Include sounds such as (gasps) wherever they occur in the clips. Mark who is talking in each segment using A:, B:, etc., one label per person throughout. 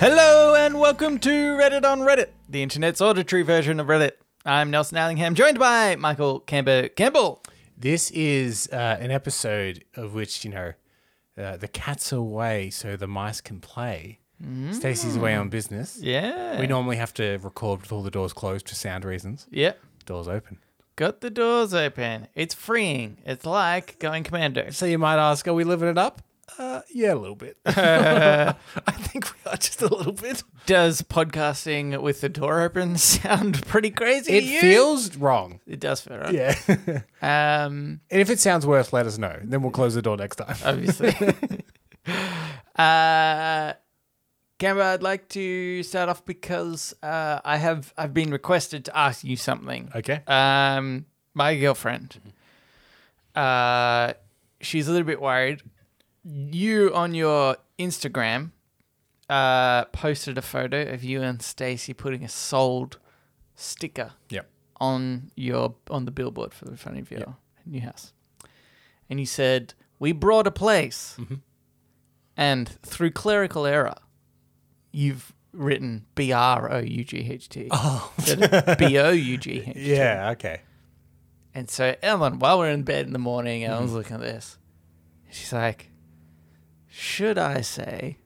A: Hello and welcome to Reddit on Reddit, the internet's auditory version of Reddit. I'm Nelson Allingham, joined by Michael Camber Campbell.
B: This is uh, an episode of which you know uh, the cat's away, so the mice can play. Stacey's away on business.
A: Yeah.
B: We normally have to record with all the doors closed for sound reasons.
A: Yep.
B: Doors open.
A: Got the doors open. It's freeing. It's like going commando.
B: So you might ask, are we living it up? Uh, yeah, a little bit. (laughs) I think we are just a little bit.
A: Does podcasting with the door open (laughs) sound pretty crazy?
B: It
A: to you?
B: feels wrong.
A: It does feel right.
B: Yeah. (laughs) and
A: Um,
B: if it sounds worse, let us know. Then we'll close the door next (laughs) time.
A: obviously. (laughs) uh, Canberra, I'd like to start off because uh, I have I've been requested to ask you something.
B: okay.
A: Um, my girlfriend. Uh, she's a little bit worried. You on your Instagram, uh, posted a photo of you and Stacy putting a sold sticker
B: Yep.
A: on your on the billboard for the front of your new house, and you said we brought a place,
B: Mm-hmm.
A: and through clerical error, you've written B R O U G H T. Oh, B O U G H. T.
B: (laughs) Yeah. Okay.
A: And so Ellen, while we're in bed in the morning, Ellen's looking at this. She's like, "Should I say,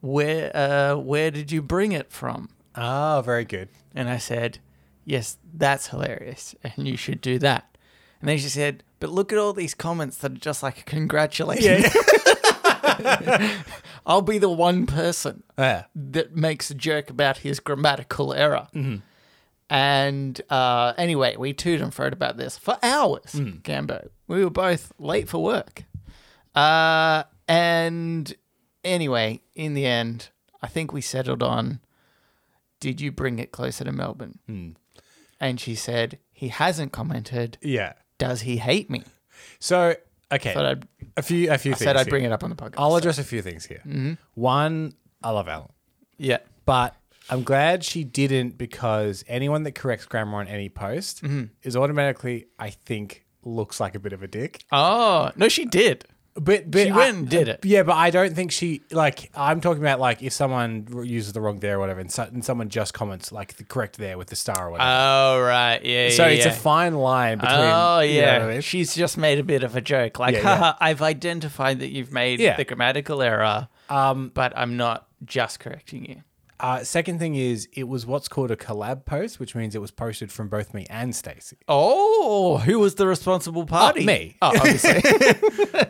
A: where uh, where did you bring it from?"
B: Ah, very good.
A: And I said, Yes, that's hilarious. And you should do that. And then she said, But look at all these comments that are just like, Congratulations. (laughs) I'll be the one person
B: Yeah.
A: that makes a joke about his grammatical error. And uh, anyway, we toot and froed about this for hours, Gambo. We were both late for work. Uh, and anyway, in the end, I think we settled on did you bring it closer to Melbourne? And she said, he hasn't commented.
B: Yeah.
A: Does he hate me?
B: So okay.
A: But I'd,
B: a few. A few things.
A: said I'd
B: here.
A: bring it up on the podcast.
B: I'll address a few things here.
A: Mm-hmm.
B: One, I love Alan,
A: yeah.
B: but I'm glad she didn't because anyone that corrects grammar on any post
A: Mm-hmm.
B: is automatically, I think, looks like a bit of a dick.
A: Oh, no, she did.
B: But, but
A: She
B: I-
A: went and did it.
B: Yeah, but I don't think she like. I'm talking about like if someone r- uses the wrong there or whatever, and, so, and someone just comments like the correct there with the star or whatever.
A: Oh, right. Yeah.
B: so
A: yeah,
B: it's a
A: yeah.
B: fine line between.
A: Oh
B: you know
A: yeah,
B: what I mean?
A: she's just made a bit of a joke. Like,
B: Yeah, yeah.
A: haha, I've identified that you've made
B: Yeah.
A: the grammatical error, um, but I'm not just correcting you.
B: Uh, second thing is it was what's called a collab post, which means it was posted from both me and Stacey.
A: Oh, who was the responsible party?
B: me.
A: Oh,
B: (laughs)
A: obviously.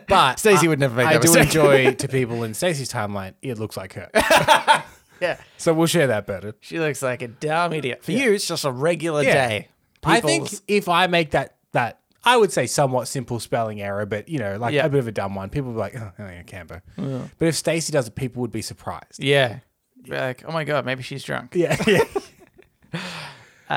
B: But
A: Stacey
B: I-
A: would never make
B: I
A: that
B: do (laughs)
A: mistake.
B: enjoy to people in Stacey's timeline. It looks like her, (laughs)
A: yeah,
B: so we'll share that better.
A: she looks like a dumb idiot. For you, it's just a regular
B: Yeah.
A: day.
B: I think
A: People's-
B: if I make that that I would say somewhat simple spelling error, but you know, like
A: Yeah.
B: a bit of a dumb one, people would be like, "Oh, yeah, Cambo." But if Stacey does it, people would be surprised.
A: Yeah. Like, oh my god, maybe she's drunk.
B: Yeah, yeah.
A: (laughs) Uh,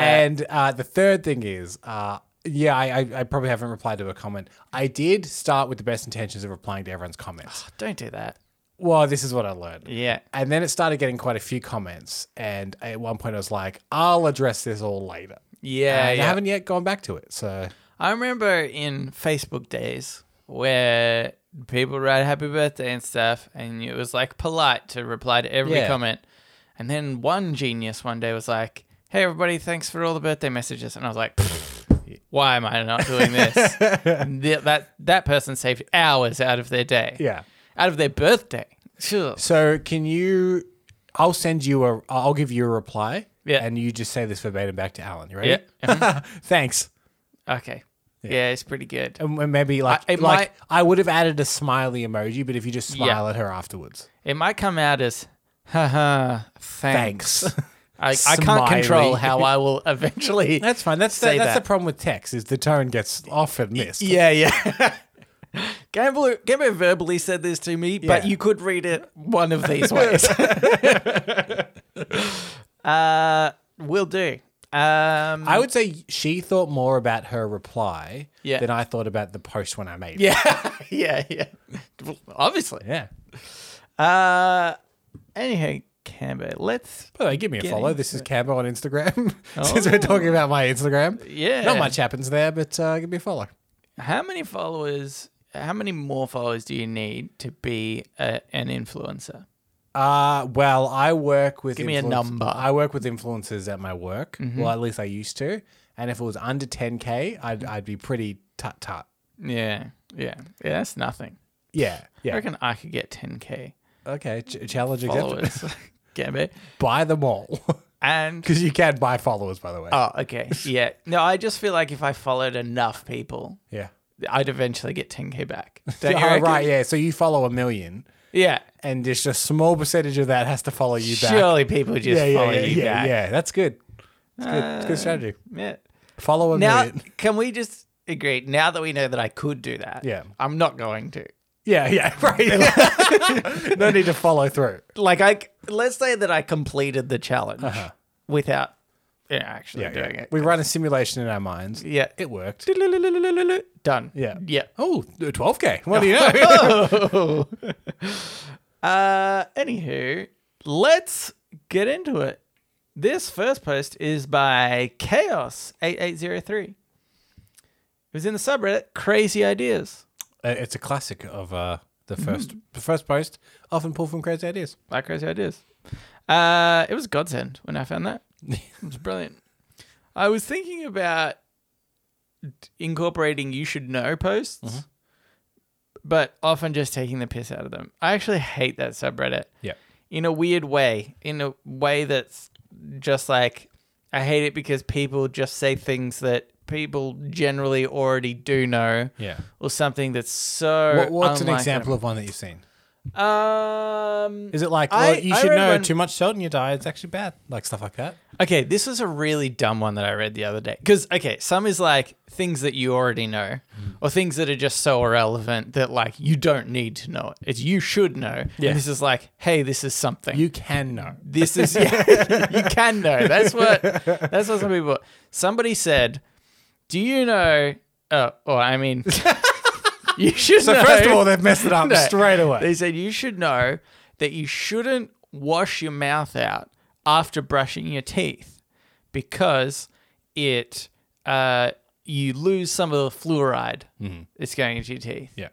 B: and uh, the third thing is. Uh, yeah, I, I, I probably haven't replied to a comment. I did start with the best intentions of replying to everyone's comments. (sighs)
A: don't do that.
B: Well, this is what I learned.
A: Yeah.
B: And then it started getting quite a few comments. And at one point, I was like, I'll address this all later.
A: Yeah.
B: And I
A: Uh, yeah.
B: haven't yet gone back to it. So,
A: I remember in Facebook days where people write happy birthday and stuff, and it was like polite to reply to every
B: Yeah.
A: comment. And then one genius one day was like, Hey, everybody, thanks for all the birthday messages. And I was like, "Pfft, (laughs) Why am I not doing
B: (laughs)
A: this? Th- that, that person saved hours out of their day,
B: yeah.
A: out of their birthday. Sure.
B: So, can you? I'll send you a. I'll give you a reply.
A: Yeah.
B: And you just say this verbatim back to Alan. You ready?
A: Yeah.
B: (laughs) Thanks.
A: Okay. Yeah. it's pretty good.
B: And and maybe like,
A: I-
B: I,
A: it
B: like
A: might-
B: I would have added a smiley emoji, but if you just smile at her afterwards.
A: It might come out as, haha, thanks. (laughs)
B: Thanks.
A: I, I can't control
B: Smiley. (laughs)
A: how I will eventually
B: That's fine. That's
A: Say
B: the, that's
A: that.
B: the problem with text is the tone gets often missed.
A: Yeah, yeah. (laughs) Gambler, Gambler verbally said this to me, but
B: Yeah.
A: you could read it one of these (laughs) ways. uh, will do. (laughs) Um,
B: I would say she thought more about her reply
A: Yeah.
B: than I thought about the post when I made it.
A: yeah, yeah, yeah. Well, Obviously.
B: Yeah.
A: Uh, anyhow, Cambo. Let's.
B: By the way, give me a
A: Get
B: follow.
A: into
B: This is Cambo on Instagram. (laughs) Since we're talking about my Instagram,
A: Yeah.
B: not much happens there, but uh, give me a follow.
A: How many followers? How many more followers do you need to be a, an influencer?
B: Uh, well, I work with.
A: Give me a
B: influence-
A: number.
B: I work with influencers at my work. Well, at least I used to. And if it was under 10k, I'd I'd be pretty tut tut.
A: Yeah. Yeah. Yeah. That's nothing.
B: Yeah,
A: I
B: yeah.
A: reckon I could get 10k
B: Okay, ch- challenge accepted.
A: followers. (laughs) Gambit.
B: Buy them all (laughs)
A: And
B: because you can buy followers, by the way. (laughs)
A: oh, okay. Yeah. No, I just feel like if I followed enough people,
B: (laughs) yeah.
A: I'd eventually get 10k
B: (laughs)
A: back.
B: Oh,
A: Don't you reckon?
B: right. Yeah. So you follow a million,
A: Yeah.
B: and just a small percentage of that has to follow you back.
A: Surely people just
B: yeah, yeah,
A: follow
B: yeah,
A: you
B: yeah,
A: back.
B: yeah. That's good. It's good. It's good strategy.
A: Yeah.
B: Follow a
A: Now,
B: million.
A: can we just agree? Now that we know that I could do that,
B: Yeah.
A: I'm not going to.
B: (laughs) Yeah, yeah, (laughs) right. (laughs) no need to follow through.
A: Like, I let's say that I completed the challenge without you know, actually
B: Uh-huh. Yeah,
A: doing
B: yeah.
A: it.
B: We run a simulation in our minds.
A: Yeah.
B: It worked. (laughs)
A: Done.
B: Yeah.
A: Yeah.
B: Oh, 12K. What do you know?
A: (laughs) Uh, anywho, let's get into it. This first post is by Chaos8803. It was in the subreddit Crazy Ideas.
B: Uh, (laughs) it's a classic of uh, the 1st the first post, often pulled from crazy ideas.
A: Like Crazy Ideas. Uh, it was a godsend when I found that. It was brilliant. I was thinking about incorporating You Should Know posts, but often just taking the piss out of them. I actually hate that subreddit.
B: Yeah.
A: in a weird way, in a way that's just like I hate it because people just say things that people generally already do know,
B: Yeah.
A: or something that's so.
B: What, what's an
A: unlike
B: example of one that you've seen?
A: them. Um.
B: Is it like,
A: I-
B: well, you
A: I
B: should
A: read
B: know
A: one-
B: too much salt in your diet is actually bad? Like stuff like that.
A: Okay, this was a really dumb one that I read the other day. Because okay, some is like things that you already know,
B: Hmm.
A: or things that are just so irrelevant that like you don't need to know it. It's you should know.
B: Yeah.
A: And this is like, hey, this is something.
B: You can (laughs) know.
A: This is (laughs) yeah, you can know. That's what that's what some people. Somebody said, "Do you know?" Oh, well, I mean, (laughs) you should.
B: So,
A: know.
B: first of all, they've messed (laughs) it up
A: No.
B: straight away.
A: they said you should know that you shouldn't wash your mouth out after brushing your teeth because it uh, you lose some of the fluoride that's going into your teeth.
B: Mm-hmm. yeah.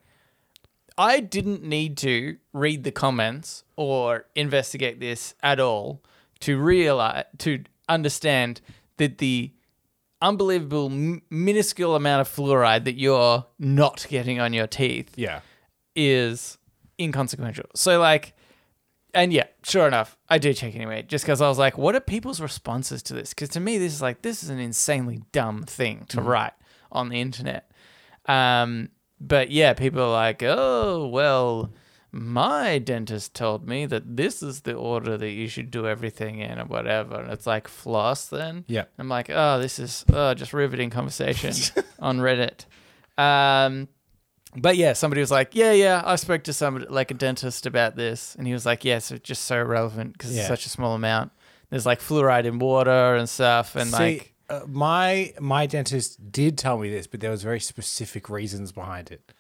A: I didn't need to read the comments or investigate this at all to realize to understand that the unbelievable m- minuscule amount of fluoride that you're not getting on your teeth
B: Yeah.
A: is inconsequential. So like and yeah, sure enough, I do check anyway, just because I was like, what are people's responses to this? Because to me, this is like, this is an insanely dumb thing to write on the internet. Um, but yeah, people are like, oh, well, my dentist told me that this is the order that you should do everything in or whatever. And it's like, floss then?
B: Yeah.
A: I'm like, oh, this is oh, just riveting conversation on Reddit. Um, but yeah, somebody was like, yeah, yeah, I spoke to somebody, like a dentist about this. And he was like, yes, it's just so relevant because
B: Yeah.
A: it's such a small amount. There's like fluoride in water and stuff. And like,
B: uh, my my dentist did tell me this, but there was very specific reasons behind it,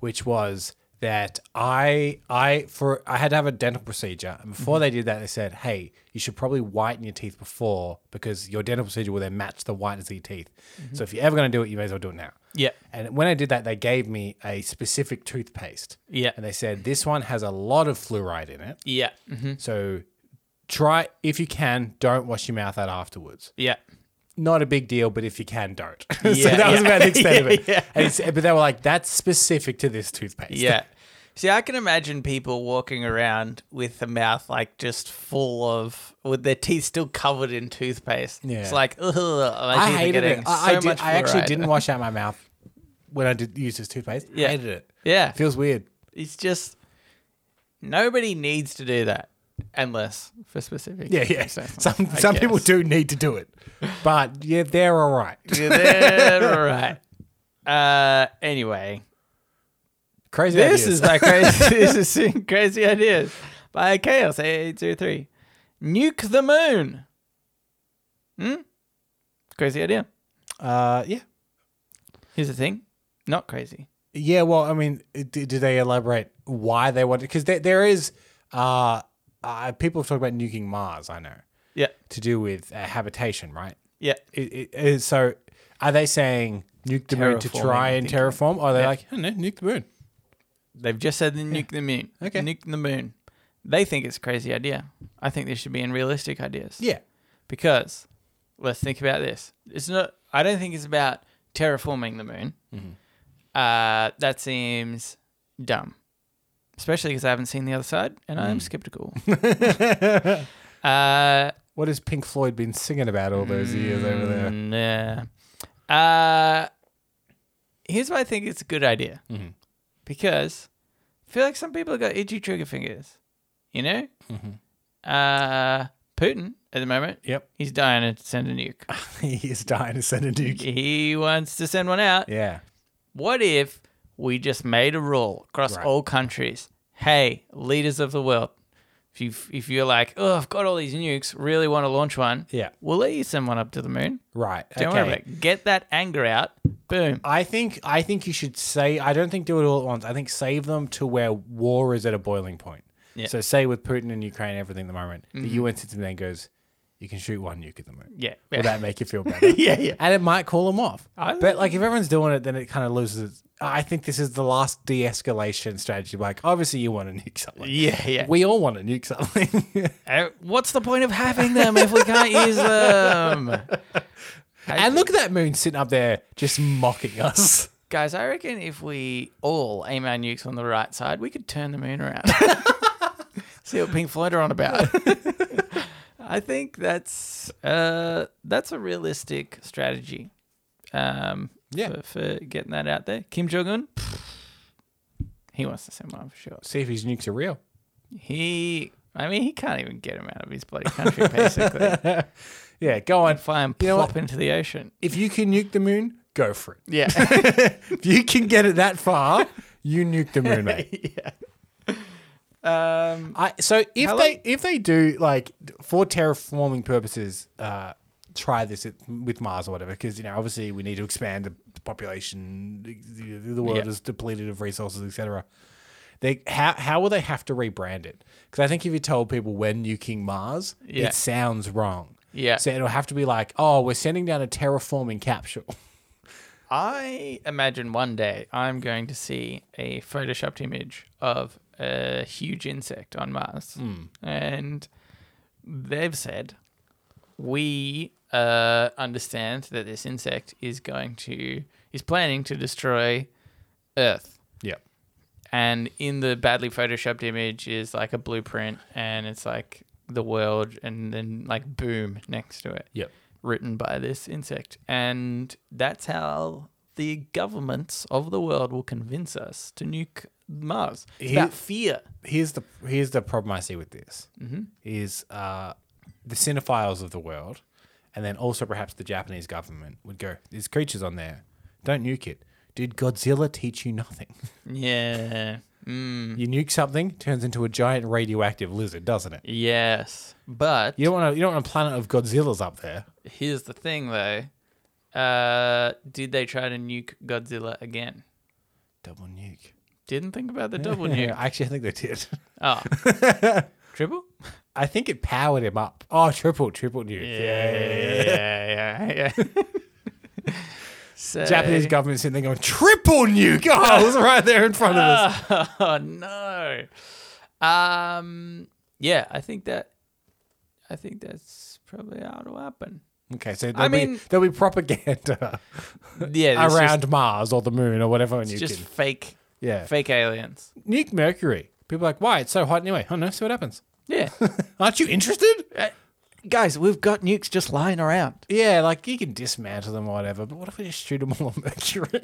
B: which was that I I for I had to have a dental procedure, and before
A: Mm-hmm.
B: they did that, they said, "Hey, you should probably whiten your teeth before because your dental procedure will then match the whiteness of your teeth. So if you're ever going to do it, you may as well do it now."
A: Mm-hmm. yeah,
B: And when I did that, they gave me a specific toothpaste.
A: Yeah.
B: And they said, this one has a lot of fluoride in it.
A: yeah, mhm,
B: So try, if you can, don't wash your mouth out afterwards
A: yeah,
B: not a big deal, but if you can, don't. (laughs) so
A: Yeah,
B: that was
A: yeah. (laughs)
B: about the extent of it.
A: Yeah, yeah.
B: And it's- but they were like, that's specific to this toothpaste.
A: yeah. See, I can imagine people walking around with the mouth like just full of, with their teeth still covered in toothpaste.
B: Yeah.
A: It's like, ugh, my
B: I
A: teeth are
B: hated it.
A: getting
B: I, I
A: so
B: did-
A: much
B: I actually
A: fluoride.
B: didn't wash out my mouth when I did use this toothpaste.
A: Yeah.
B: I hated it. (laughs)
A: Yeah.
B: Feels weird.
A: It's just nobody needs to do that unless for specific.
B: Yeah, yeah.
A: reasons,
B: Some
A: I
B: some people
A: guess.
B: do need to do it, but yeah, they're all right.
A: Yeah, they're right. Uh, anyway,
B: Crazy.
A: this
B: ideas.
A: is my crazy. (laughs) this is crazy ideas by Chaos eight two three. Nuke the moon. Hmm. Crazy idea.
B: (laughs) uh, yeah,
A: Here's the thing. Not crazy.
B: yeah. Well, I mean, do, do they elaborate why they want? Because there, there is uh, uh, people talk about nuking Mars. I know
A: Yeah.
B: to do with uh, habitation, right?
A: Yeah.
B: It, it, it, so are they saying nuke the moon to
A: Terraforming,
B: try
A: I
B: and
A: think.
B: terraform? Or are they like, oh, no, nuke the moon?
A: They've just said they nuke the moon.
B: Okay.
A: Nuke the moon. They think it's a crazy idea. I think this should be in realistic ideas.
B: Yeah.
A: Because let's think about this. It's not. I don't think it's about terraforming the moon.
B: Mm-hmm.
A: Uh, that seems dumb, especially because I haven't seen the other side and
B: Hmm.
A: I'm
B: (laughs)
A: skeptical. uh,
B: What has Pink Floyd been singing about all those years over there?
A: Nah. mm, Uh, here's why I think it's a good idea.
B: Mm-hmm.
A: Because I feel like some people have got itchy trigger fingers. You know?
B: Mm-hmm.
A: Uh, Putin at the moment,
B: Yep. (laughs)
A: he's dying to send a nuke.
B: Ah. he is dying to send a nuke.
A: he wants to send one out.
B: Yeah.
A: What if we just made a rule across
B: Right.
A: all countries? Hey, leaders of the world, if you if you're like, oh, I've got all these nukes, really want to launch one,
B: Yeah.
A: we'll let you send one up to the moon.
B: Right.
A: Don't worry about it. Get that anger out. Boom.
B: I think I think you should say I don't think do it all at once. I think save them to where war is at a boiling point.
A: Yeah.
B: So say with Putin and Ukraine everything at the moment, the UN sits in there and goes, You can shoot one nuke at the moment.
A: Yeah.
B: Will that make you (laughs) feel better?
A: yeah, yeah.
B: and it might call them off.
A: I-
B: but like if everyone's doing it, then it kind of loses. its- I think this is the last de-escalation strategy. Like obviously you want to nuke
A: (laughs)
B: something.
A: Yeah, yeah.
B: We all want to nuke something, (laughs)
A: Uh, What's the point of having them if we can't
B: (laughs)
A: use them?
B: and look at that moon sitting up there just mocking us.
A: Guys, I reckon if we all aim our nukes on the right side, we could turn the moon around.
B: (laughs)
A: See what Pink Floyd are on about. I think that's uh, that's a realistic strategy. Um,
B: Yeah.
A: for, for getting that out there. Kim Jong Un, he wants to send one for sure.
B: (laughs) See if his nukes are real.
A: He, I mean, he can't even get him out of his bloody country.
B: (laughs)
A: Basically,
B: Yeah, go on.
A: fly him
B: know
A: plop
B: what?
A: into the ocean.
B: If you can nuke the moon, go for it.
A: Yeah,
B: If you can get it that far, you nuke the (laughs) moon, mate.
A: (laughs) um,
B: I, so if
A: How long-
B: they if they do like for terraforming purposes, uh, try this at, with Mars or whatever, because you know obviously we need to expand the population. The, the world
A: Yeah.
B: is depleted of resources, etc. They how how will they have to rebrand it? Because I think if you told people we're nuking Mars,
A: Yeah.
B: it sounds wrong.
A: Yeah.
B: So it'll have to be like, oh, we're sending down a terraforming capsule.
A: I imagine one day I'm going to see a photoshopped image of a huge insect on Mars, and they've said we uh, understand that this insect is going to is planning to destroy Earth.
B: (laughs) Yeah.
A: and in the badly photoshopped image is like a blueprint and it's like the world and then like boom next to it
B: Yep.
A: written by this insect and that's how the governments of the world will convince us to nuke mars it's
B: Here-
A: about fear
B: here's the here's the problem I see with this
A: Mm-hmm.
B: is uh, the cinephiles of the world, and then also perhaps the Japanese government would go, "There's creatures on there, don't nuke it." Did Godzilla teach you
A: (laughs)
B: nothing?
A: yeah mm.
B: you nuke something, turns into a giant radioactive lizard, doesn't it?
A: yes but
B: You don't want to. You don't want a planet of Godzillas up there.
A: here's the thing though uh did they try to nuke godzilla again
B: Double nuke.
A: didn't think about the
B: (laughs)
A: double
B: Yeah,
A: nuke
B: actually, I think they did. (laughs)
A: oh triple
B: I think it powered him up. Oh, triple, triple nuke. Yeah.
A: yeah, (laughs) yeah, yeah.
B: (laughs)
A: (laughs) so,
B: Japanese government sitting there going, triple nuke. (laughs) Oh, it was right there in front of us.
A: Oh (laughs) no. Um. Yeah, I think that. I think that's probably how it'll (laughs) happen.
B: Okay, so there'll, be,
A: mean-
B: there'll be propaganda (laughs)
A: Yeah, it's
B: around
A: Just,
B: Mars or the moon or whatever. And
A: it's
B: you
A: just
B: can,
A: fake,
B: yeah,
A: fake aliens.
B: nuke Mercury. People are like, why? It's so hot anyway. Oh no, see what happens.
A: Yeah,
B: Aren't you interested?
A: (laughs) guys, we've got nukes just lying around.
B: Yeah, like you can dismantle them or whatever, but what if we just shoot them all on (laughs) Mercury?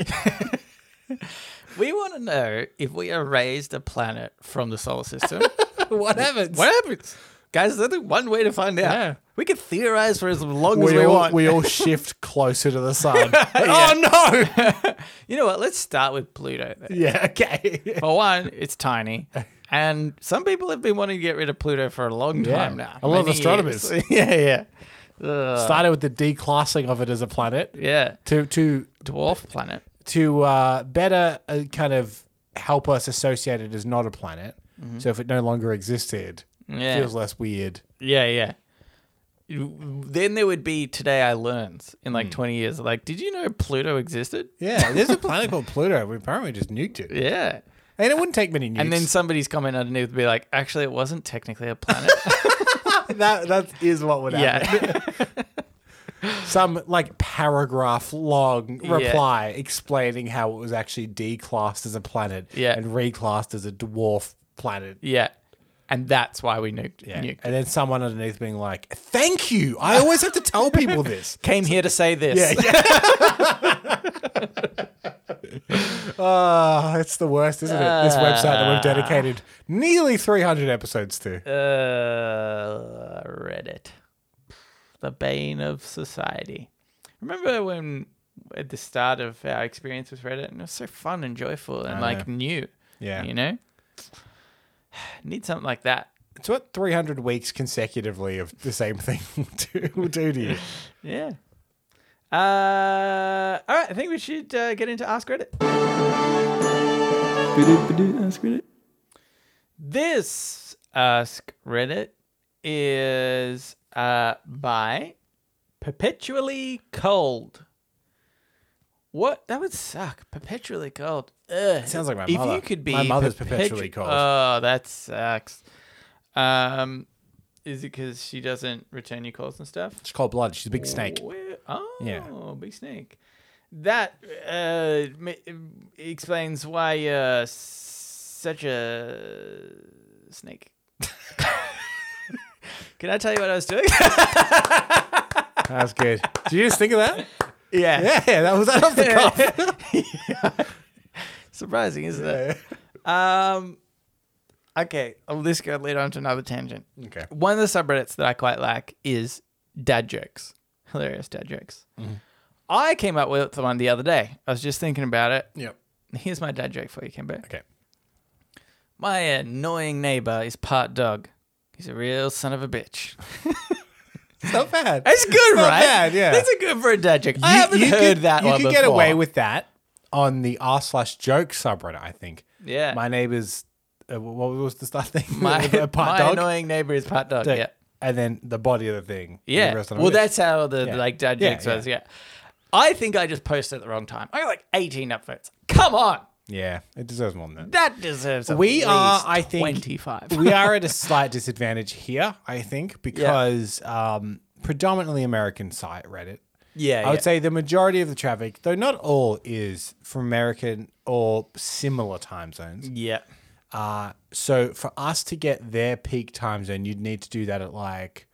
A: We want to know if we erased a planet from the solar system.
B: what happens?
A: (laughs) what happens, guys? There's only one way to find out.
B: Yeah.
A: We could theorize for as long as
B: We,
A: we
B: all,
A: want.
B: we all shift closer to the sun. (laughs) Oh no!
A: you know what? Let's start with Pluto. Then.
B: (laughs) Yeah, okay.
A: For one, it's
B: (laughs)
A: tiny. And some people have been wanting to get rid of Pluto for a long
B: Yeah.
A: time now.
B: A lot of
A: many
B: astronomers.
A: years. (laughs) yeah, yeah. Ugh.
B: Started with the declassing of it as a planet
A: yeah.
B: to to
A: Dwarf planet.
B: to uh, better Mm-hmm. uh, kind of help us associate it as not a planet. So if it no longer existed,
A: Yeah.
B: Feels less weird.
A: Yeah, yeah. You- Then there would be today I learned in
B: Hmm.
A: like 20 years. Like, did you know Pluto existed?
B: Yeah, there's a planet called Pluto. We apparently just nuked it.
A: Yeah.
B: And it wouldn't take many nukes.
A: And then somebody's comment underneath would be like, actually, it wasn't technically a
B: (laughs)
A: planet.
B: that that is what would happen.
A: yeah.
B: Some like paragraph long
A: Yeah.
B: reply explaining how it was actually declassed as a planet
A: Yeah.
B: and reclassed as a dwarf planet.
A: (laughs) yeah. And that's why we nuked.
B: Yeah.
A: nuked.
B: And then someone underneath being like, "Thank you. I always have to tell people (laughs) this."
A: Came here to say this.
B: Yeah. Ah, it's the worst, isn't it? This website that we've dedicated nearly 300 episodes to.
A: Uh, Reddit. The bane of society. Remember when at the start of our experience with Reddit, and it was so fun and joyful and like new.
B: Oh, Yeah.
A: You know? (sighs) Need something like that.
B: It's what 300 weeks consecutively of the same thing (laughs) will do, will do to you.
A: Yeah. Uh, all right, I think we should uh, get into Ask Reddit. Ask Reddit. This Ask Reddit is uh, by Perpetually Cold. What? That would suck. Perpetually cold. Ugh.
B: Sounds like my
A: if
B: mother.
A: you could be
B: My mother's
A: perpetu-
B: perpetually cold.
A: Oh, that sucks. Um, is it because she doesn't return your calls and stuff?
B: It's cold blood. She's a big snake.
A: Where- Oh,
B: Yeah.
A: big snake. That uh, ma- explains why you're s- such a snake. (laughs) Can I tell you what I was doing? (laughs)
B: That's good. (laughs) Did you just think of that?
A: yeah.
B: Yeah, that was that off the cuff. (laughs)
A: Surprising, isn't it? Um, okay, well, this could lead on to another tangent.
B: Okay.
A: One of the subreddits that I quite like is dad jokes. Hilarious dad jokes.
B: Mm-hmm.
A: I came up with one the other day. I was just thinking about it.
B: Yep.
A: Here's my dad joke for you, Kimber.
B: Okay.
A: My annoying neighbor is part dog. He's a real son of a (laughs) bitch.
B: It's not bad.
A: That's good,
B: not
A: right?
B: bad, yeah.
A: That's a good for a dad joke. I haven't heard
B: could,
A: that
B: You
A: one
B: could
A: before.
B: get away with that on the r slash joke subreddit, I think.
A: yeah.
B: My neighbor's, uh, what was the start thing?
A: my,
B: (laughs) A part
A: my
B: dog?
A: annoying neighbor is part dog. Yeah.
B: And then the body of the thing. The
A: Yeah.
B: rest of
A: Well,
B: it.
A: that's how the
B: Yeah.
A: like dad
B: Yeah,
A: jokes
B: yeah.
A: was. Yeah. I think I just posted at the wrong time. I got like 18 upvotes. Come on,
B: Yeah, it deserves more than that.
A: that deserves. At
B: We
A: least
B: are, I think-
A: 25.
B: we are at a slight disadvantage here, I (laughs) think, because um, predominantly American site Reddit.
A: yeah.
B: I would say the majority of the traffic, though not all, is from American or similar time zones.
A: yeah.
B: Uh, so for us to get their peak time zone, you'd need to do that at like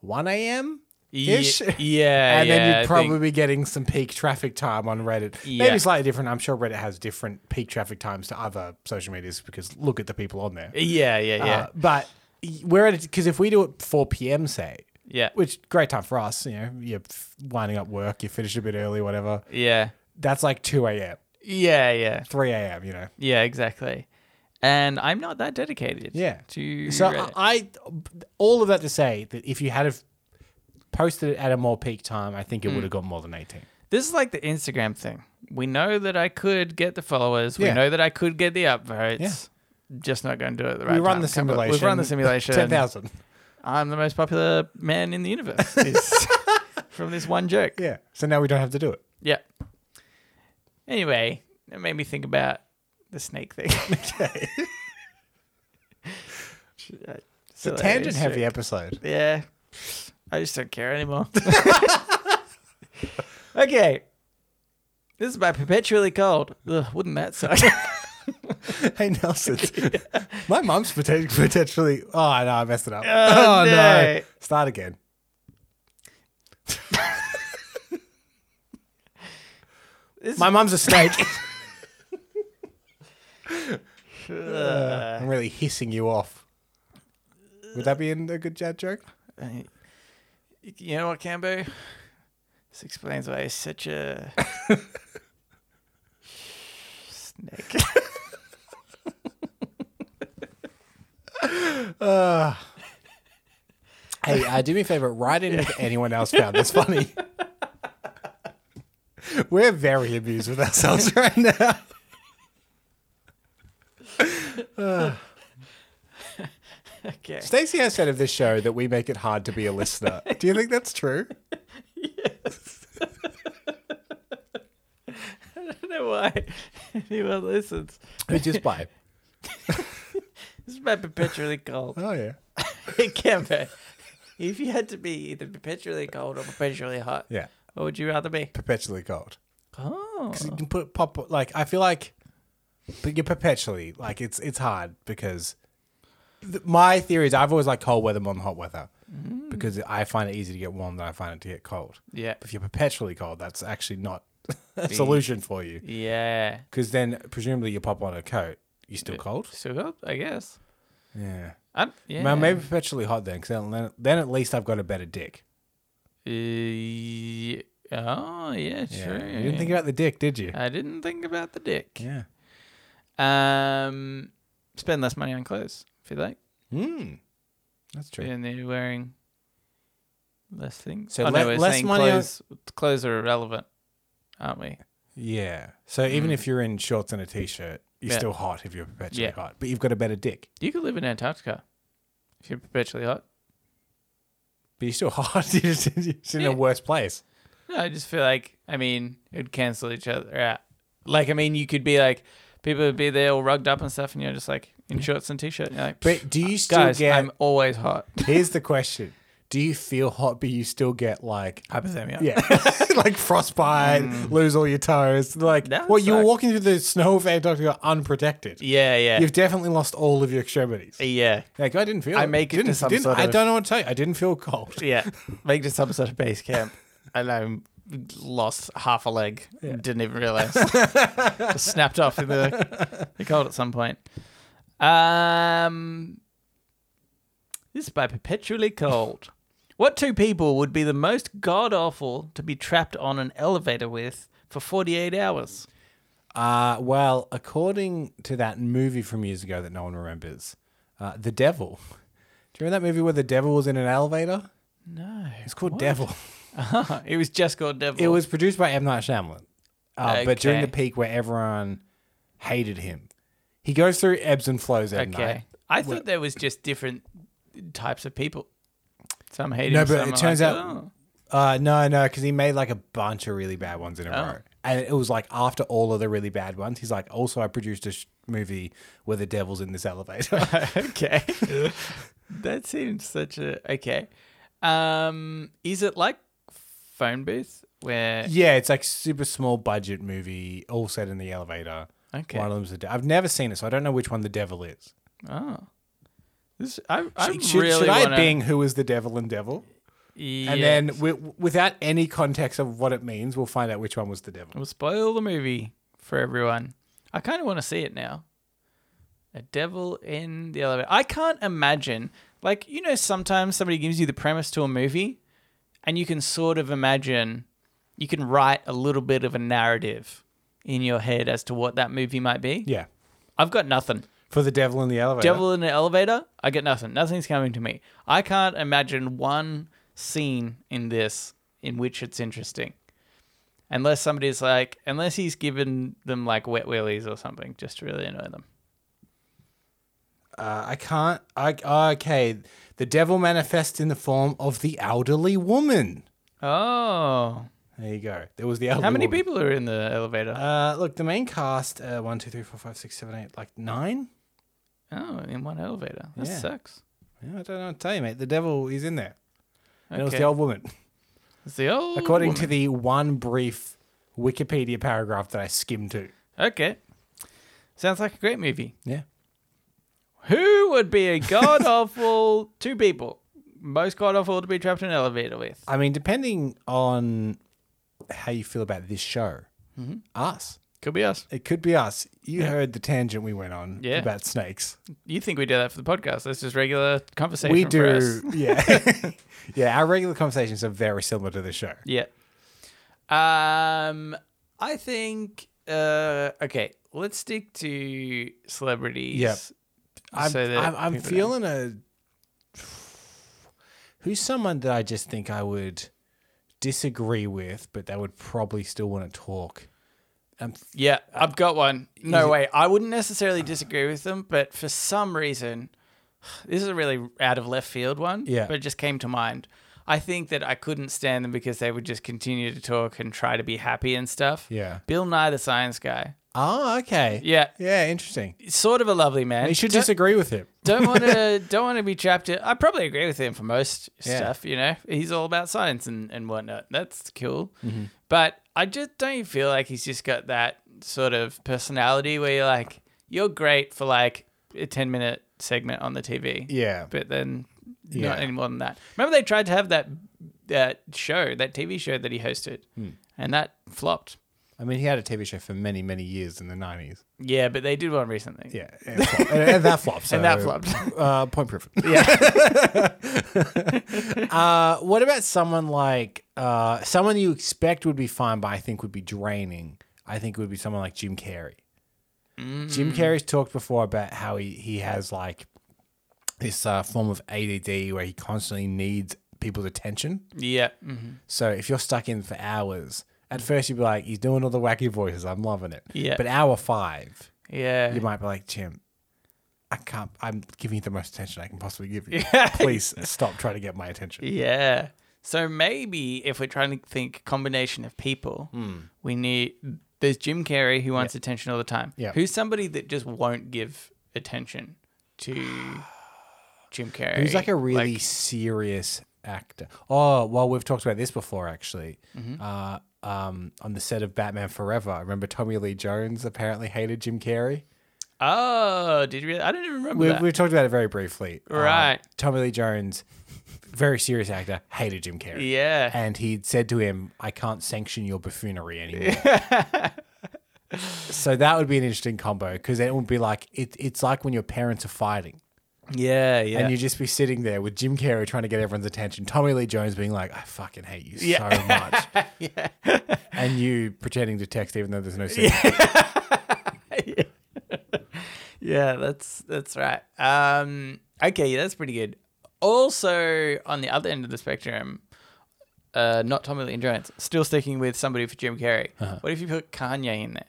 B: 1 a.m.
A: Yeah.
B: ish.
A: Yeah.
B: And
A: yeah,
B: then
A: I
B: you'd
A: think-
B: probably be getting some peak traffic time on Reddit.
A: Yeah.
B: Maybe slightly different. I'm sure Reddit has different peak traffic times to other social medias because look at the people on there.
A: Yeah. Yeah. Yeah.
B: Uh, but we're at because if we do it 4 p.m. say,
A: yeah.
B: which great time for us, you know, you're f- winding up work, you finish a bit early, whatever.
A: Yeah.
B: That's like 2 a.m.,
A: Yeah. Yeah.
B: 3 a.m., you know.
A: Yeah, exactly. And I'm not that dedicated.
B: Yeah.
A: To
B: So uh,
A: Reddit.
B: I, all of that to say that if you had have posted it at a more peak time, I
A: Hmm.
B: think it would have got more than 18.
A: this is like the Instagram thing. We know that I could get the followers.
B: Yeah.
A: We know that I could get the upvotes.
B: Yeah.
A: Just not going to do it at the right
B: We run
A: time. Come on,
B: the simulation.
A: We've run the
B: (laughs)
A: simulation.
B: 10,000.
A: I'm the most popular man in the
B: (laughs)
A: universe. is- (laughs) from this one joke.
B: Yeah. So now we don't have to do it.
A: Yeah. Anyway, it made me think about the snake
B: (laughs)
A: thing. (laughs) okay.
B: It's a tangent
A: (laughs)
B: heavy episode.
A: Yeah. I just don't care (laughs) anymore. okay. This is by Perpetually Cold. Ugh, wouldn't that (laughs) suck?
B: Hey, (laughs) Nelson.
A: (laughs)
B: My mum's poten- potentially. Oh, no, I messed it up. (laughs)
A: Oh, no.
B: Start again.
A: This-
B: My mum's
A: (laughs)
B: a snake.
A: Ugh.
B: (laughs) I'm really hissing you off. Would that be in a good dad joke?
A: you know what, Cambo? This explains why he's such a (laughs) snake.
B: Hey, uh, do me a favor. Write in
A: (laughs)
B: if anyone else found this funny. (laughs) We're very amused with ourselves (laughs) right now.
A: Okay.
B: Stacey has said of this show that we make it hard to be a listener. Do you think that's true?
A: (laughs) I don't know why anyone listens.
B: Which is by.
A: This might perpetually (laughs) cold.
B: Oh, yeah.
A: It can be. If you had to be either perpetually cold or perpetually hot,
B: Yeah.
A: what would you rather be?
B: Perpetually cold.
A: Oh,
B: You can put pop, like, I feel like, but you're perpetually, like, it's it's hard because th- my theory is I've always liked cold weather more than hot weather
A: Mm.
B: because I find it easy to get warm than I find it to get cold.
A: yeah,
B: If you're perpetually cold, that's actually not (laughs) a solution for you
A: yeah.
B: because then presumably you pop on a coat, you're still cold.
A: So hot, I guess.
B: Yeah.
A: I'm, yeah.
B: Man, maybe perpetually hot then, because then, then at least I've got a better dick.
A: Uh, y- oh, yeah,
B: Yeah.
A: sure.
B: You didn't think about the dick, did you?
A: I didn't think about the dick.
B: Yeah.
A: Um, spend less money on clothes if you like,
B: Hmm. That's true.
A: and you're wearing less things.
B: So
A: oh,
B: le-
A: no, we're
B: less
A: saying
B: money on-
A: clothes. Clothes are irrelevant, aren't we?
B: Yeah. So even if you're in shorts and a t-shirt,
A: Hmm.
B: you're
A: Yeah.
B: still hot if you're perpetually
A: Yeah.
B: hot, but you've got a better dick,
A: You could live in Antarctica if you're perpetually hot.
B: but you're still (laughs) hot. you're just, you're just in
A: Yeah.
B: a worse place.
A: No, I just feel like I mean it'd cancel each other out. Like I mean, you could be like people would be there all rugged up and stuff, and you're just like in shorts and t-shirt. And you're like,
B: But do you still
A: Uh, guys,
B: get?
A: I'm always hot.
B: Here's the question: Do you feel hot, but you still get
A: (laughs)
B: like?
A: Hypothermia.
B: Yeah, (laughs) like frostbite, lose all your toes. Like,
A: Hmm. That would
B: well, you were
A: suck.
B: walking through the snow of Antarctica unprotected.
A: yeah, yeah,
B: You've definitely lost all of your extremities.
A: yeah.
B: Like, I didn't feel.
A: I
B: it.
A: make it to
B: didn't,
A: some
B: didn't-
A: sort
B: I
A: of-
B: don't know what to tell you. I didn't feel cold.
A: yeah, (laughs) make to some sort of base camp, and I lost half a leg. and Didn't even
B: (laughs)
A: realize. Just snapped off in the, the cold at some point. Um, this is by perpetually cold. What two people would be the most god awful to be trapped on an elevator with for forty eight hours?
B: Uh, well, according to that movie from years ago that no one remembers, uh, The Devil. (laughs) Do you remember that movie where the devil was in an elevator?
A: No,
B: It's called Devil.
A: (laughs) it was just called devil.
B: It was produced by M. Night Shyamalan. Uh, But during the
A: Okay.
B: peak where everyone hated him, he goes through ebbs and flows at
A: okay.
B: night.
A: I thought there was just different types of people. Some hated.
B: No,
A: him,
B: but
A: some
B: it
A: are
B: turns
A: like,
B: out
A: "Oh."
B: Uh, no, no, because he made like a bunch of really bad ones in a
A: Oh.
B: row. And it was like after all of the really bad ones, he's like, also, I produced a sh- movie where the devil's in
A: (laughs)
B: this elevator. (laughs)
A: okay. "Oh." (laughs) that seems such a okay. Um, is it like phone booth where?
B: Yeah, it's like super small budget movie, all set in the elevator.
A: Okay.
B: One of them's the. De- I've never seen it, so I don't know which one the devil is.
A: Oh, this I, I
B: should,
A: really
B: should I
A: wanna,
B: Bing who is the devil and devil?
A: Yeah.
B: And then wi- without any context of what it means, we'll find out which one was the devil.
A: we'll spoil the movie for everyone. I kind of want to see it now. A devil in the elevator. I can't imagine. Like you know, sometimes somebody gives you the premise to a movie, and you can sort of imagine. You can write a little bit of a narrative in your head as to what that movie might be.
B: Yeah,
A: I've got nothing.
B: for the devil in the elevator.
A: Devil in an elevator, I get nothing. Nothing's coming to me. I can't imagine one scene in this in which it's interesting. Unless somebody's like, unless he's given them like wet willies or something, just to really annoy them.
B: Uh, I can't. I okay. The devil manifests in the form of the elderly woman.
A: Oh.
B: There you go. There was the elderly.
A: How many
B: woman.
A: people are in the elevator?
B: Uh, look, the main cast: uh, one, two, three, four, five, six, seven, eight, like nine.
A: Oh, in one elevator. That
B: Yeah.
A: sucks.
B: Yeah, I don't know what to tell you, mate. The devil is in there. And it was
A: Okay.
B: the old woman.
A: It's the old
B: According
A: woman.
B: to the one brief Wikipedia paragraph that I skimmed to.
A: Okay. Sounds like a great movie.
B: Yeah.
A: Who would be a
B: (laughs)
A: god awful two people? Most god awful to be trapped in an elevator with.
B: I mean, depending on how you feel about this show,
A: Mm-hmm.
B: us.
A: Could be us.
B: It could be us. You heard the tangent we went on
A: Yeah.
B: about snakes.
A: You think we do that for the podcast? That's just regular conversation.
B: We
A: For us.
B: do. (laughs)
A: (laughs)
B: Yeah. yeah. Our regular conversations are very similar to the show.
A: Yeah. Um, I think. Uh, okay, let's stick to celebrities.
B: Yep. I'm,
A: So that
B: I'm, I'm
A: people
B: feeling a. Who's someone that I just think I would disagree with, but they would probably still want to talk? I'm
A: Yeah, I've got one. No way. I wouldn't necessarily disagree with them, but for some reason, (sighs) This is a really out of left field one,
B: Yeah.
A: but it just came to mind. I think that I couldn't stand them because they would just continue to talk and try to be happy and stuff.
B: Yeah.
A: Bill Nye the Science Guy.
B: Oh, okay.
A: Yeah.
B: Yeah, interesting.
A: Sort of a lovely man.
B: You should
A: Don't-
B: disagree with him.
A: don't want
B: (laughs)
A: to don't want to be trapped in, i probably agree with him for most
B: Yeah.
A: stuff you know he's all about science and, and whatnot that's cool
B: Mm-hmm.
A: but i just don't you feel like he's just got that sort of personality where you're like you're great for like a 10 minute segment on the tv
B: Yeah.
A: but then
B: Yeah.
A: not any more than that remember they tried to have that that show that tv show that he hosted
B: Hmm.
A: and that flopped
B: I mean, he had a TV show for many, many years in the 90s.
A: yeah but they did one recently
B: Yeah. And, it flopped. and, and that flopped.
A: and that
B: so,
A: flopped
B: Uh, point
A: (laughs)
B: proven. Yeah. (laughs) uh, what about someone like uh, someone you expect would be fine, but I think would be draining? I think would be someone like Jim Carrey.
A: Mm-hmm.
B: Jim Carrey's talked before about how he, he has like this uh, form of ADD where he constantly needs people's attention.
A: yeah hmm
B: So if you're stuck in for hours, at first you'd be like, he's doing all the wacky voices. I'm loving it.
A: Yeah.
B: But hour five,
A: yeah
B: you might be like, Jim, I can't, I'm giving you the most attention I can possibly
A: (laughs)
B: give you. Please stop trying to get my attention.
A: Yeah. So maybe if we're trying to think combination of people, we need there's Jim Carrey who wants attention all the time.
B: Hmm. Yeah.
A: Who's somebody that just won't give attention
B: (sighs)
A: to Jim Carrey?
B: He's like a really serious actor. Oh, well, we've talked about this before, actually.
A: Mm-hmm.
B: Uh, um, on the set of Batman Forever, I remember Tommy Lee Jones apparently hated Jim Carrey.
A: Oh, did you really? I don't even remember
B: We,
A: that.
B: we talked about it very briefly. Uh,
A: Right.
B: Tommy Lee Jones, very serious actor, hated Jim Carrey.
A: yeah.
B: (laughs) and he'd said to him, I can't sanction your buffoonery anymore.
A: (laughs)
B: so that would be an interesting combo because it would be like, it, it's like when your parents are fighting
A: yeah, yeah.
B: and you'd just be sitting there with Jim Carrey trying to get everyone's attention, Tommy Lee Jones being like, I fucking hate you so
A: (laughs)
B: much. And you pretending to text even though there's no signal.
A: yeah, that's that's right. Um okay, yeah, that's pretty good. Also on the other end of the spectrum, uh not Tommy Lee Jones, still sticking with somebody for Jim Carrey.
B: Uh-huh.
A: What if you put Kanye in there?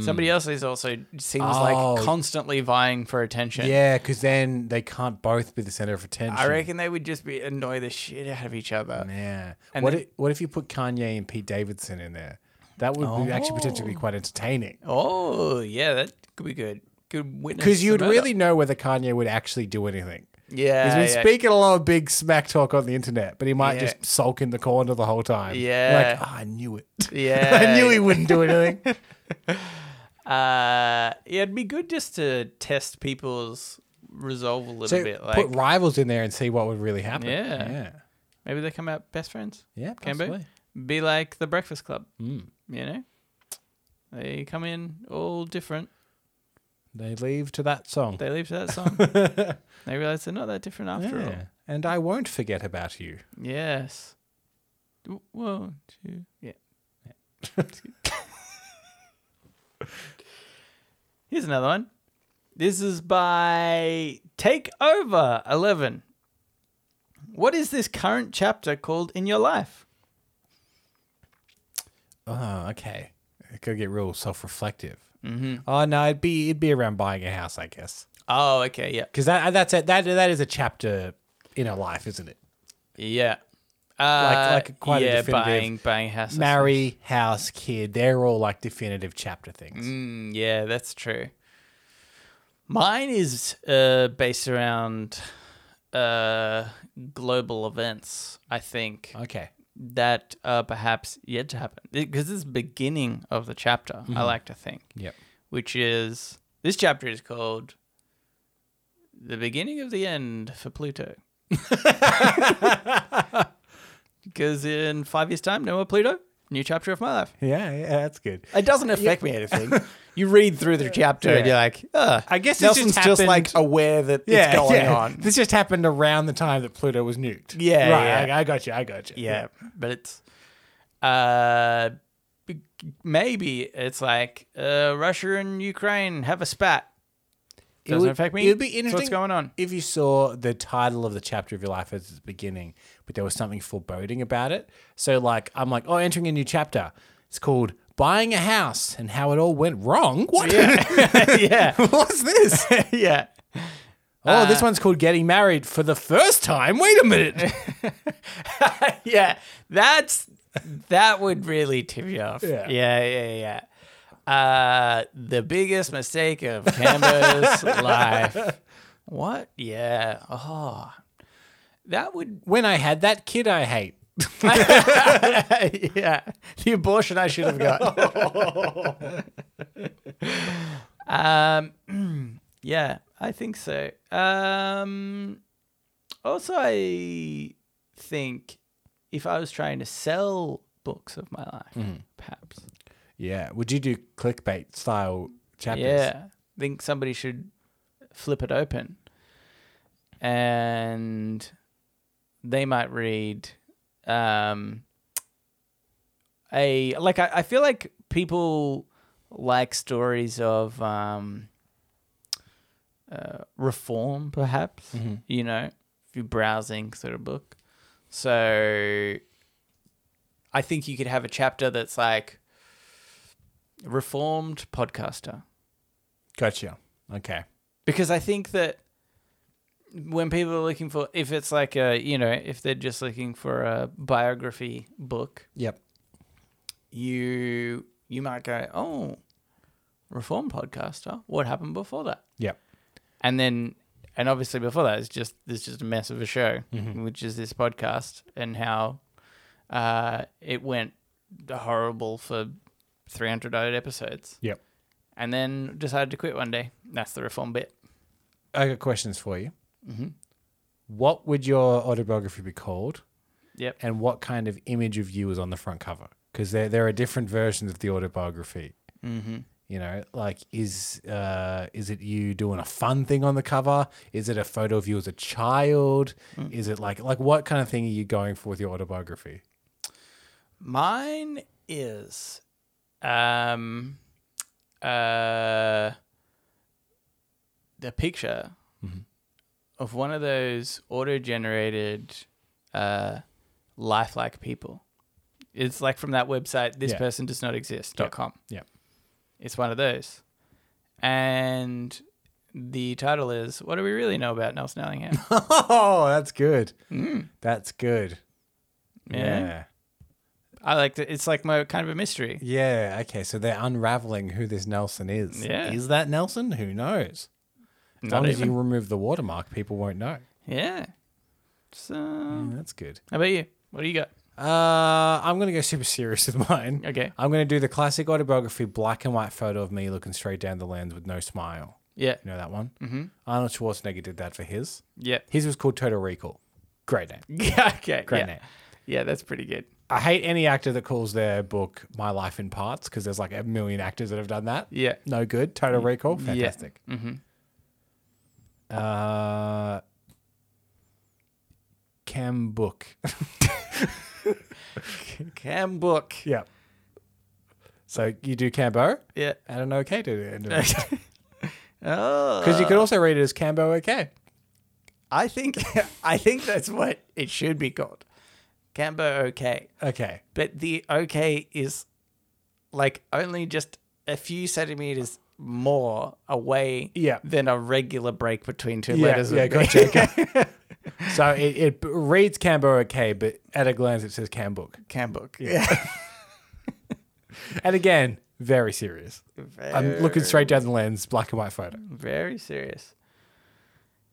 A: Somebody else is also seems
B: Mm. Oh.
A: like constantly vying for attention.
B: Yeah, because then they can't both be the center of attention.
A: I reckon they would just be annoy the shit out of each other.
B: Yeah.
A: And
B: what,
A: then-
B: if, what if you put Kanye and Pete Davidson in there? That would be actually potentially quite entertaining.
A: Oh, yeah, that could be good. Good witness.
B: Because you'd
A: to murder.
B: really know whether Kanye would actually do anything.
A: Yeah.
B: He's been
A: Uh, yeah.
B: speaking a lot of big smack talk on the internet, but he might
A: Yeah.
B: just sulk in the corner the whole time.
A: Yeah.
B: Like, "Ah, I knew it. (laughs)
A: yeah.
B: I knew he wouldn't
A: (laughs)
B: do anything.
A: Uh, yeah, it'd be good just to test people's resolve a little
B: so
A: bit. Like
B: put rivals in there and see what would really happen.
A: Yeah.
B: Yeah.
A: maybe they come out best friends.
B: Yeah,
A: Can be.
B: possibly.
A: Be like the Breakfast Club.
B: Mm.
A: You know, they come in all different.
B: They leave to that song.
A: They leave to that
B: (laughs)
A: song. they realize they're not that different after all.
B: Yeah. And I won't forget about you.
A: Yes. W- One, two, yeah. (laughs) Here's another one. This is by Take Over 11. What is this current chapter called in your life?
B: Oh, okay. It could get real self reflective. Mm-hmm. Oh no, it'd be it'd be around buying a house, I guess.
A: Oh, okay, yeah.
B: Because that that's it. That that is a chapter in our life, isn't it?
A: Yeah. Uh,
B: like quite a
A: yeah,
B: definitive
A: buying, buying houses.
B: marry, house, kid, they're all like definitive chapter things.
A: Mm, yeah, that's true. Mine is uh, based around uh, global events, I think,
B: Okay.
A: that are perhaps yet to happen. Because this is the beginning of the chapter, I like to think,
B: Yep.
A: which is this chapter is called The Beginning of the End for Pluto. (laughs) Because in five years' time, no more Pluto, new chapter of my life.
B: Yeah, yeah, that's good.
A: It doesn't affect me anything. You read through
B: (laughs)
A: the chapter and you're like, Ugh.
B: I guess this just
A: Nelson's just, like oh,
B: happened-
A: aware that it's going on.
B: This just happened around the time that Pluto was nuked.
A: Yeah,
B: Right.
A: yeah.
B: I, I got you. I got you.
A: Yeah, but it's uh, b- maybe it's like uh, Russia and Ukraine have a spat. Doesn't
B: would-
A: affect me.
B: It would be
A: So
B: interesting.
A: what's going (laughs) on?
B: If you saw the title of the chapter of your life as its beginning, but there was something foreboding about it. So, like, I'm like, oh, entering a new chapter. It's called Buying a House (laughs) and How It All Went Wrong. What?
A: (laughs) yeah,
B: (laughs) What's this?
A: yeah.
B: Oh, this one's called Getting Married for the First Time. Wait
A: (laughs)
B: a minute.
A: yeah, that's that would really tip you off.
B: Yeah.
A: yeah, yeah, yeah. Uh, the biggest mistake of
B: (laughs)
A: Cambo's life. What? Yeah. Oh, that would.
B: when I had that kid I hate.
A: yeah, the abortion I should have got. um, yeah, I think so. Um, also, I think if I was trying to sell books of my life, perhaps,
B: (laughs) Yeah. Would you do clickbait style chapters?
A: yeah, I think somebody should flip it open, and they might read. Um, a like I, I feel like people like stories of um, uh, reform, perhaps you know, if you're browsing sort of book. So I think you could have a chapter that's like reformed podcaster
B: Gotcha. Okay.
A: because I think that when people are looking for, if it's like a, you know, if they're just looking for a biography book,
B: Yep.
A: you you might go, oh, reform podcaster, what happened before that?
B: Yep.
A: And then, and obviously before that, it's just there's just a mess of a show, which is this podcast and how uh, it went horrible for 300 odd episodes,
B: Yep.
A: and then decided to quit one day. That's the reform bit.
B: I got questions for you.
A: Mm-hmm.
B: What would your autobiography be called?
A: Yep.
B: And what kind of image of you is on the front cover? Because there, there are different versions of the autobiography.
A: Mm-hmm.
B: You know, like is uh, is it you doing a fun thing on the cover? Is it a photo of you as a child? Is it like like what kind of thing are you going for with your autobiography?
A: Mine is um uh the picture
B: Mm-hmm.
A: of one of those auto-generated uh lifelike people. It's like from that website this
B: Yeah.
A: person does not exist dot com.
B: Yep.
A: It's one of those. And the title is What do we really know about Nelson Ellingham?
B: Oh, that's good. Mm. That's good.
A: Yeah.
B: (laughs) yeah.
A: I like it. It's like my kind of a mystery.
B: Yeah, okay. So they're unraveling who this Nelson is.
A: Yeah.
B: Is that Nelson? Who knows? As
A: Not
B: long as you
A: even.
B: remove the watermark, people won't know.
A: Yeah. So
B: Mm, That's good.
A: How about you? What do you got?
B: Uh, I'm going to go super serious with mine.
A: Okay.
B: I'm going to do the classic autobiography black and white photo of me looking straight down the lens with no smile.
A: Yeah.
B: You know that one? Mm-hmm. Arnold Schwarzenegger did that for his.
A: Yeah. (laughs)
B: His was called Total Recall. Great name.
A: Yeah. Okay.
B: Great
A: yeah.
B: name.
A: Yeah, that's pretty good.
B: I hate any actor that calls their book My Life in Parts because there's like a million actors that have done that.
A: Yeah. Mm-hmm.
B: No good. Total Recall. Fantastic. Uh, Cam Book. (laughs)
A: Cam book.
B: yeah. So you do Cambo
A: Yeah. (laughs)
B: and an OK to the end of it.
A: Oh.
B: Because you could also read it as Cambo OK.
A: I think (laughs) I think that's what it should be called. Cambo okay.
B: Okay.
A: But the okay is like only just a few centimeters more away
B: Yeah.
A: than a regular break between two
B: Yeah,
A: letters. would
B: yeah,
A: be.
B: gotcha, (laughs) So it, it b- reads Cambo OK, but at a glance it says Cam Book.
A: (laughs) Cam book. Yeah.
B: And again, very serious. I'm looking straight down the lens, black and white photo.
A: Very serious.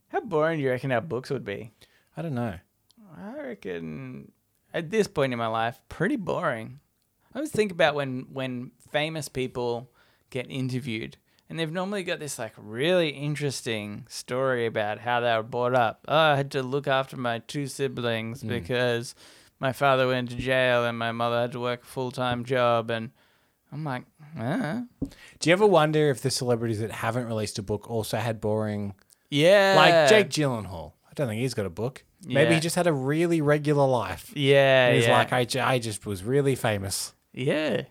A: How boring do you reckon our books would be?
B: I don't know.
A: I reckon at this point in my life, pretty boring. I always think about when when famous people get interviewed, and they've normally got this like really interesting story about how they were brought up. Oh, I had to look after my two siblings
B: Hmm.
A: because my father went to jail and my mother had to work a full time job, and I'm like, huh?
B: Do you ever wonder if the celebrities that haven't released a book also had boring
A: yeah,
B: like Jake Gyllenhaal. I don't think he's got a book. Maybe
A: Uh, Yeah.
B: he just had a really regular life.
A: Yeah,
B: And he's
A: yeah,
B: like, I, ju- I just was really famous.
A: yeah.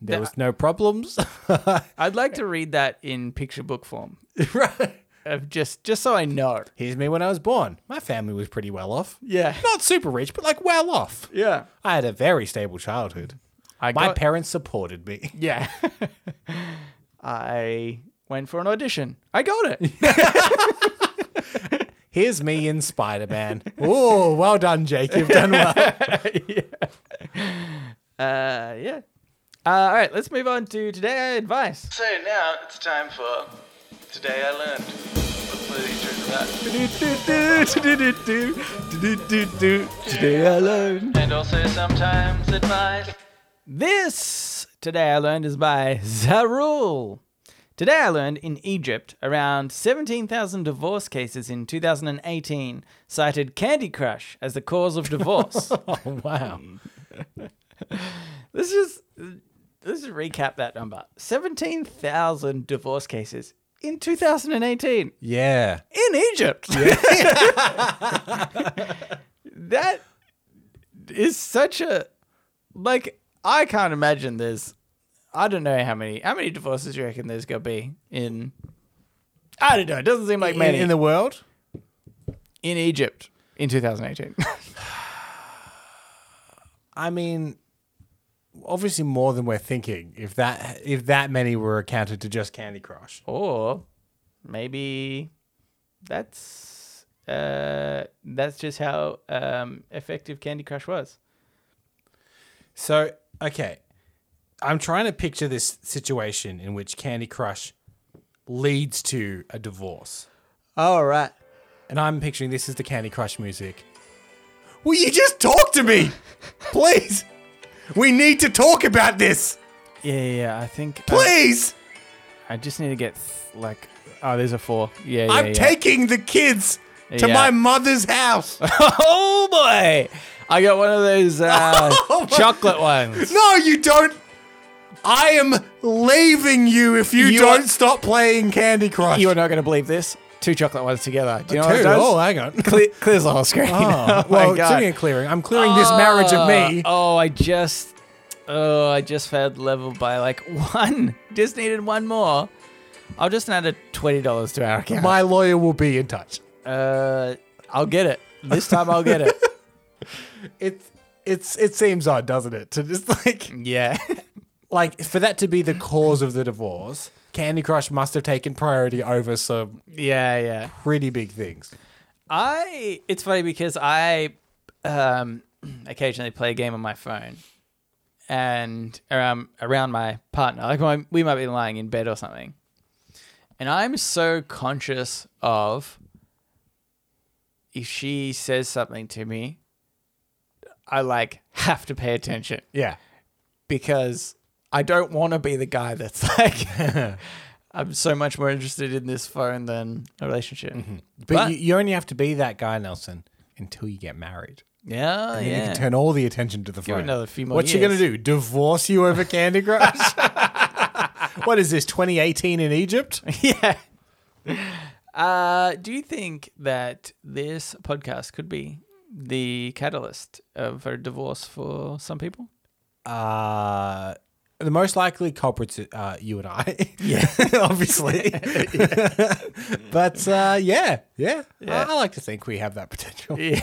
B: There was
A: (laughs)
B: no problems. (laughs)
A: I'd like to read that in picture book form,
B: Right.
A: of just just so I know.
B: Here's me when I was born. My family was pretty well off.
A: Yeah.
B: Not super rich, but like well off.
A: Yeah.
B: I had a very stable childhood.
A: I
B: My
A: got,
B: parents supported me. (laughs)
A: yeah. I went for an audition. I got it.
B: Here's me in Spider (laughs) Man. Oh, well done, Jake. You've done well.
A: Uh, yeah. Uh, all right, let's move on to today I advice.
C: So now it's time for Today I Learned. Hopefully you turned that.
A: Today I learned.
C: And also sometimes advice.
A: This today I learned is by Zarul. Today I learned in Egypt around 17,000 divorce cases in 2018 cited Candy Crush as the cause of divorce.
B: (laughs) Oh, wow.
A: let's just let's just recap that number. 17,000 divorce cases in 2018
B: (laughs) Yeah.
A: in Egypt. (laughs) that is such a like I can't imagine there's I don't know how many how many divorces you reckon there's gonna be in I don't know. It doesn't seem like
B: In,
A: many
B: in the world?
A: in Egypt in 2018.
B: I mean, obviously more than we're thinking. If that if that many were accounted to just Candy Crush,
A: (laughs) or maybe that's uh that's just how um effective Candy Crush was.
B: so okay, I'm trying to picture this situation in which Candy Crush leads to a divorce, Oh,
A: All right.
B: and I'm picturing this is the Candy Crush music. Will you just talk to me, please? We need to talk about this,
A: Yeah, yeah, yeah, I think uh,
B: please.
A: I just need to get th- like oh, there's a four. Yeah, yeah,
B: I'm
A: yeah.
B: taking the kids to
A: Yeah.
B: my mother's house.
A: (laughs) oh boy, I got one of those
B: (laughs)
A: uh,
B: Oh,
A: chocolate ones.
B: No, you don't. I am leaving you if you,
A: You
B: don't
A: are-
B: stop playing Candy Crush.
A: You are not going to believe this. Two chocolate ones together. Do you know
B: Two?
A: what it does?
B: Oh, hang on. (laughs)
A: Cle- clears the whole (laughs) screen.
B: Oh,
A: my
B: well,
A: God.
B: speaking of clearing, I'm clearing this marriage of me.
A: Oh, I just, oh, I just failed the level by like (laughs) one. Just needed one more. I'll just add a twenty dollars to our account.
B: My lawyer will be in touch.
A: uh, I'll get it this time. I'll get it. (laughs)
B: It's it's it seems odd, doesn't it? To just (laughs) like
A: yeah. (laughs)
B: like for that to be the cause of the divorce, Candy Crush must have taken priority over some
A: Yeah, yeah.
B: pretty big things.
A: I it's funny because I um, (clears throat) occasionally play a game on my phone and around around my partner. Like my, we might be lying in bed or something, and I'm so conscious of if she says something to me, I like have to pay
B: (laughs)
A: attention (laughs)
B: Yeah.
A: because I don't want to be the guy
B: (laughs)
A: that's like. I'm so much more interested in this phone than a relationship.
B: But, you, you only have to be that guy, Nelson, until you get married.
A: Yeah,
B: And
A: yeah.
B: you can turn all the attention to the phone.
A: another few more
B: what you gonna
A: years.
B: do? Divorce you over Candy Crush? (laughs) what is this? 2018 in Egypt?
A: yeah. Uh, do you think that this podcast could be the catalyst of a divorce for some people?
B: Uh, the most likely culprits are you and I. (laughs) Yeah, (laughs) obviously. but uh, yeah, yeah, I, I like to think we have that potential.
A: Yeah.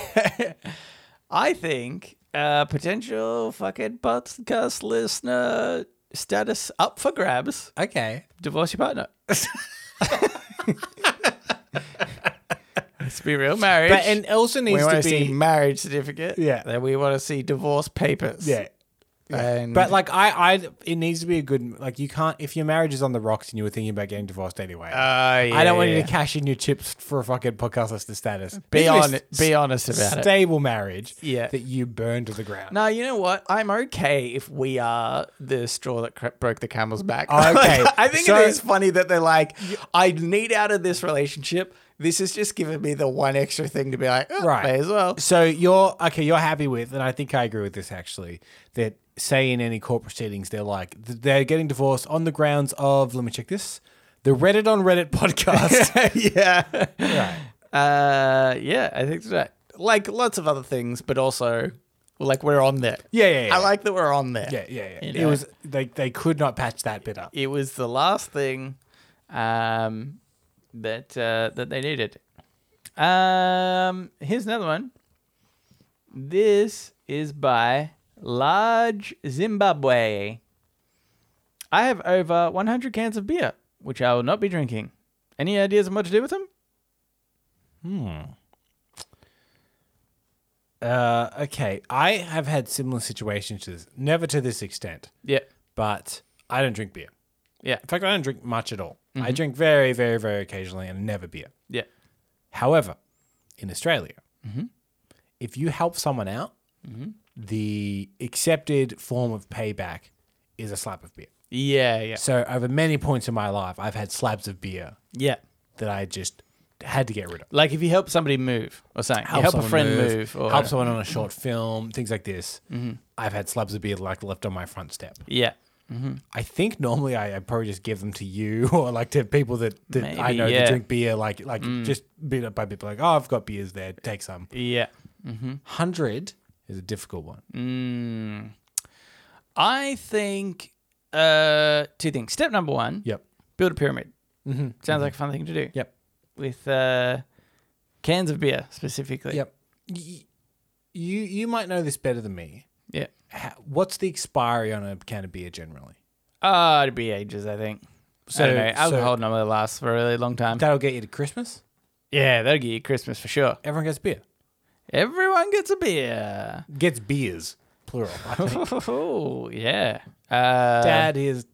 A: I think uh, potential fucking podcast listener status up for grabs.
B: Okay.
A: Divorce your (laughs) partner. Let's be real, marriage.
B: But and it also
A: we
B: needs
A: want
B: to
A: to
B: be
A: see marriage certificate.
B: Yeah.
A: Then we want to see divorce papers.
B: yeah.
A: And
B: But like I, I, it needs to be a good like you can't if your marriage is on the rocks and you were thinking about getting divorced anyway.
A: Uh,
B: I don't want you to cash in your chips for a fucking podcast listener status.
A: be
B: Needs to
A: on
B: st-
A: be honest about it.
B: stable marriage
A: Yeah.
B: that you burn to the ground.
A: No, you know what? I'm okay if we are the straw that cr- broke the camel's back.
B: Oh, okay.
A: (laughs) Like, I think
B: So-
A: it is funny that they're like, I need out of this relationship. This has just given me the one extra thing to be like, oh,
B: Right.
A: may as
B: (laughs)
A: well.
B: So you're okay, you're happy with, and I think I agree with this actually, that say in any court proceedings, they're like th- they're getting divorced on the grounds of let me check this. The Reddit on Reddit (laughs)
A: (laughs)
B: podcast.
A: yeah. Uh, yeah, I think so. Like lots of other things, but also like we're on there.
B: Yeah, yeah, yeah.
A: I like that we're on there.
B: yeah, yeah, yeah.
A: You
B: It
A: know.
B: was they they could not patch that bit up.
A: It was the last thing um, that uh, that they needed. Um, here's another one. This is by Large Zimbabwe. I have over 100 cans of beer, which I will not be drinking. Any ideas on what to do with them?
B: Uh, okay, I have had similar situations to this, never to this extent,
A: Yeah.
B: but I don't drink beer.
A: Yeah. Mm-hmm.
B: In fact, I don't drink much at all. I drink very, very, very occasionally and never beer.
A: Yeah.
B: However, in Australia,
A: Mm-hmm.
B: if you help someone out, the accepted form of payback is a slab of beer.
A: Yeah. Yeah.
B: So over many points in my life, I've had slabs of beer
A: Yeah.
B: that I just had to get rid of.
A: Like if you help somebody move or something, you help a
B: someone
A: friend move, or Mm-hmm.
B: help someone on a short film, things like this. I've had slabs of beer like left on my front step.
A: Yeah.
B: I think normally I, I probably just give them to you (laughs) or like to people that, that I
A: Maybe,
B: know
A: yeah. Mm.
B: that drink beer, like like just bit by bit, like oh I've got beers there, take some.
A: Yeah.
B: Hundred is a difficult one.
A: Mm. Hmm. I think uh, two things. Step number one,
B: Yep,
A: build a pyramid.
B: Mm-hmm.
A: Sounds like a fun thing to do.
B: yep,
A: With uh, cans of beer specifically.
B: yep. Y- you you might know this better than me.
A: Yeah.
B: Ha what's the expiry on a can of beer generally?
A: Uh, it'd be ages, I think. So, I don't know.
B: So-
A: Alcohol normally lasts for a really long time.
B: That'll get you to Christmas.
A: yeah, that'll get you Christmas for sure.
B: Everyone gets beer.
A: Everyone gets a
B: (laughs)
A: beer.
B: Gets beers, plural. I think.
A: (laughs) Oh, yeah. Uh,
B: Dad is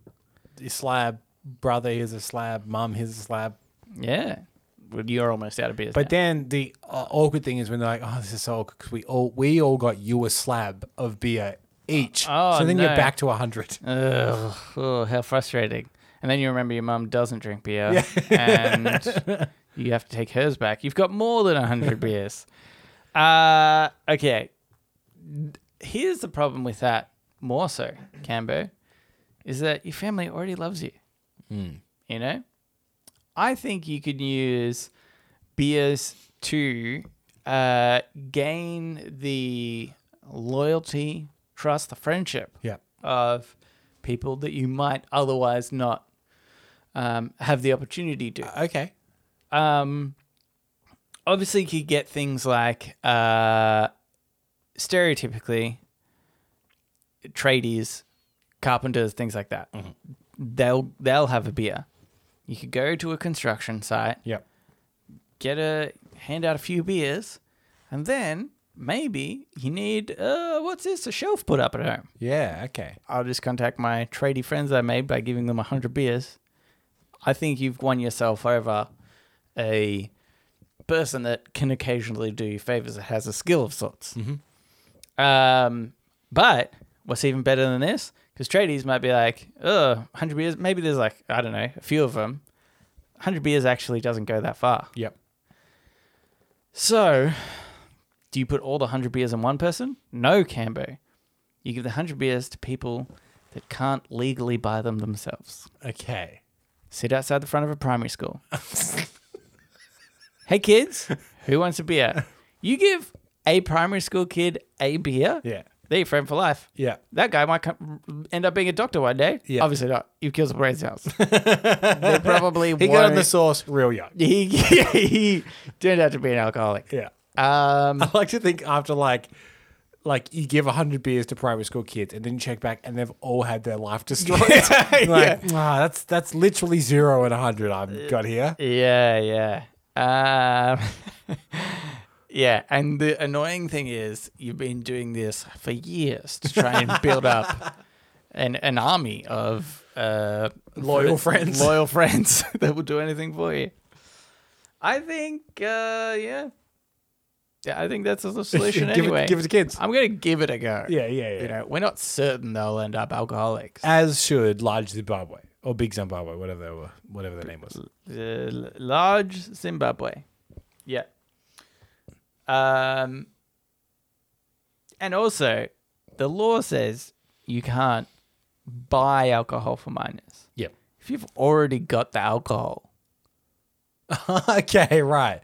B: a slab. Brother is a slab. Mum is a slab.
A: Yeah. Well, you're almost out of beers.
B: But
A: now.
B: then the uh, awkward thing is when they're like, "Oh, this is so awkward 'cause we all we all got you a slab of beer each."
A: Oh,
B: so then
A: no.
B: you're back to hundred.
A: (laughs) Ugh, oh, how frustrating. And then you remember your mum doesn't drink beer and you have to take hers back. You've got more than 100 beers. Uh, okay. Here's the problem with that more so, Cambo, is that your family already loves you. You know? I think you could use beers to uh, gain the loyalty, trust, the friendship
B: Yeah.
A: of people that you might otherwise not um, have the opportunity to.
B: Okay.
A: Um, obviously, you could get things like uh, stereotypically tradies, carpenters, things like that. They'll they'll have a beer. You could go to a construction site,
B: Yep.
A: get a hand out a few beers, and then maybe you need uh, what's this a shelf put up at home.
B: Yeah. Okay.
A: I'll just contact my tradie friends I made by giving them 100 beers. I think you've won yourself over a person that can occasionally do you favors that has a skill of sorts. Um, but what's even better than this? Because tradies might be like, oh, 100 beers. Maybe there's like, I don't know, a few of them. 100 beers actually doesn't go that far.
B: Yep.
A: So, do you put all the 100 beers in one person? No, Cambo. You give the 100 beers to people that can't legally buy them themselves.
B: Okay.
A: Sit outside the front of a primary
B: (laughs)
A: school. hey, kids, who wants a beer? You give a primary school kid a beer,
B: Yeah.
A: they're your friend for life.
B: Yeah.
A: That guy might come, end up being a doctor one day.
B: Yeah.
A: Obviously not. He kills a brain
B: (laughs)
A: cells. they probably
B: He got
A: won't-
B: on the sauce real young.
A: (laughs) He, he turned out to be an alcoholic.
B: Yeah.
A: Um,
B: (laughs) I like to think after like. Like you give hundred beers to primary school kids, and then you check back, and they've all had their
A: (laughs)
B: life destroyed. (laughs) like, "Ah, that's that's literally zero and hundred.
A: Uh,
B: I've got here. (laughs)
A: Yeah, yeah. Um, (laughs) yeah, and the annoying thing is you've been doing this for years to try and build
B: (laughs)
A: up an, an army of uh,
B: Loyal friends.
A: (laughs) Loyal friends that will do anything for you. I think, uh, yeah. Yeah, I think that's
B: (laughs)
A: a solution
B: give
A: anyway.
B: it, give it to kids.
A: I'm going to give it a go.
B: yeah, yeah, yeah.
A: You know, we're not certain they'll end up alcoholics.
B: as should large Zimbabwe or big Zimbabwe, whatever they were, whatever their name was.
A: the l- large Zimbabwe. Yeah. Um, and also, the law says you can't buy alcohol for minors.
B: Yep.
A: If you've already got the alcohol,
B: (laughs) okay, right.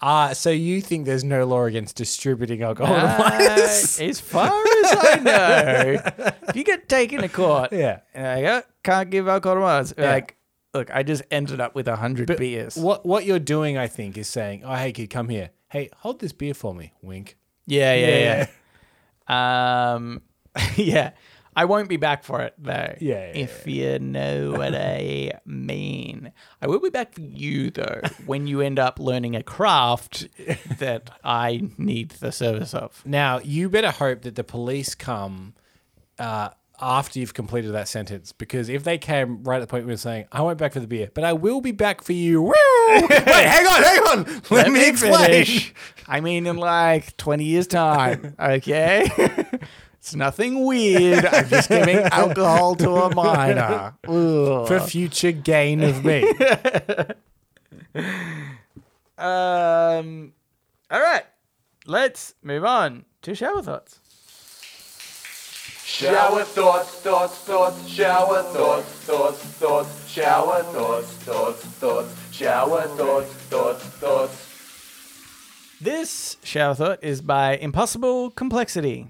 B: Uh, so you think there's no law against distributing alcohol to
A: uh,
B: minors?
A: as far as I know, if you get taken to court,
B: (laughs) Yeah.
A: and like, "Oh, can't give alcohol to minors, like, look, I just ended up with a hundred beers.
B: What what you're doing, I think, is saying, "Oh, hey kid, come here. Hey, hold this beer for me." Wink.
A: (laughs) Yeah, yeah, yeah. Um, yeah. I won't be back for it though.
B: Yeah, yeah,
A: if you know
B: (laughs)
A: what I mean. I will be back for you though when you end up learning a
B: (laughs)
A: craft that I need the service of.
B: Now, you better hope that the police come uh, after you've completed that sentence, because if they came right at the point where you're saying, I went back for the beer, but I will be back for you. (laughs) Woo! Wait, hang on, hang on. (laughs) Let, me, explain.
A: finish. I mean, in like 20 years'
B: (laughs)
A: time, okay? (laughs) it's nothing weird. I'm just giving
B: (laughs)
A: alcohol to a minor. Ugh.
B: For future gain of (laughs) me.
A: Um, all right, let's move on to shower thoughts.
D: Shower thoughts, thoughts, thoughts, shower thoughts, thoughts, thoughts, shower thoughts, thoughts, thoughts, shower thoughts, thoughts, thoughts.
A: This shower thought is by Impossible Complexity.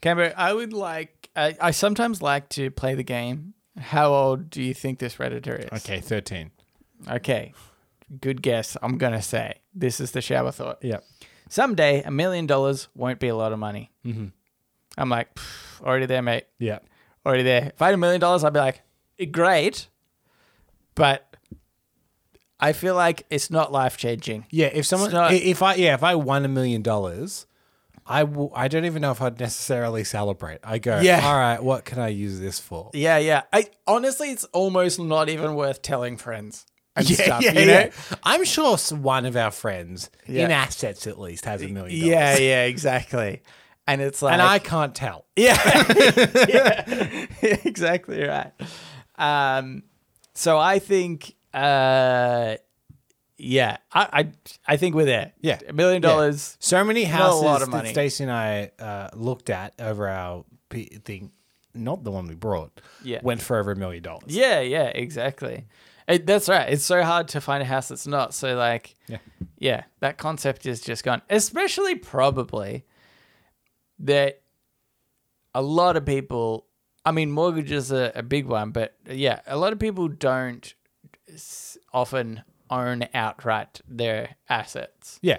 A: Camber, I would like, I, I sometimes like to play the game. How old do you think this Redditor is?
B: okay, 13.
A: Okay. Good guess. I'm going to say this is the shower thought.
B: Yep.
A: Someday, a million dollars won't be a lot of money. Mm-hmm. I'm like, "Pff, already there, mate.
B: Yeah.
A: Already there. If I had a million dollars, I'd be like, "Eh, great. But I feel like it's not life changing.
B: Yeah, if someone,
A: It's not-
B: i- if I, yeah, if I won a million dollars, I will. I don't even know if I'd necessarily celebrate. I go,
A: Yeah.
B: All right, what can I use
A: (laughs)
B: this for?
A: Yeah, yeah. I honestly, it's almost not even worth telling friends and stuff. you know?
B: I'm sure s- one of our friends,
A: Yeah.
B: in assets at least, has a million dollars.
A: Yeah, yeah, exactly. And it's like,
B: and I can't tell.
A: Yeah. Yeah, (laughs) exactly right. Um, so I think, uh, yeah, I, I, I think we're there.
B: Yeah.
A: A million dollars.
B: So many
A: a
B: houses
A: lot of
B: that
A: money.
B: Stacey and I uh, looked at over our p- thing, not the one we brought,
A: Yeah.
B: went for over a million dollars.
A: Yeah, yeah, exactly. It, that's right. It's so hard to find a house that's not. So, like,
B: Yeah.
A: yeah, that concept is just gone. Especially probably that a lot of people, I mean, mortgages are a big one, but yeah, a lot of people don't s- often own outright their assets.
B: Yeah.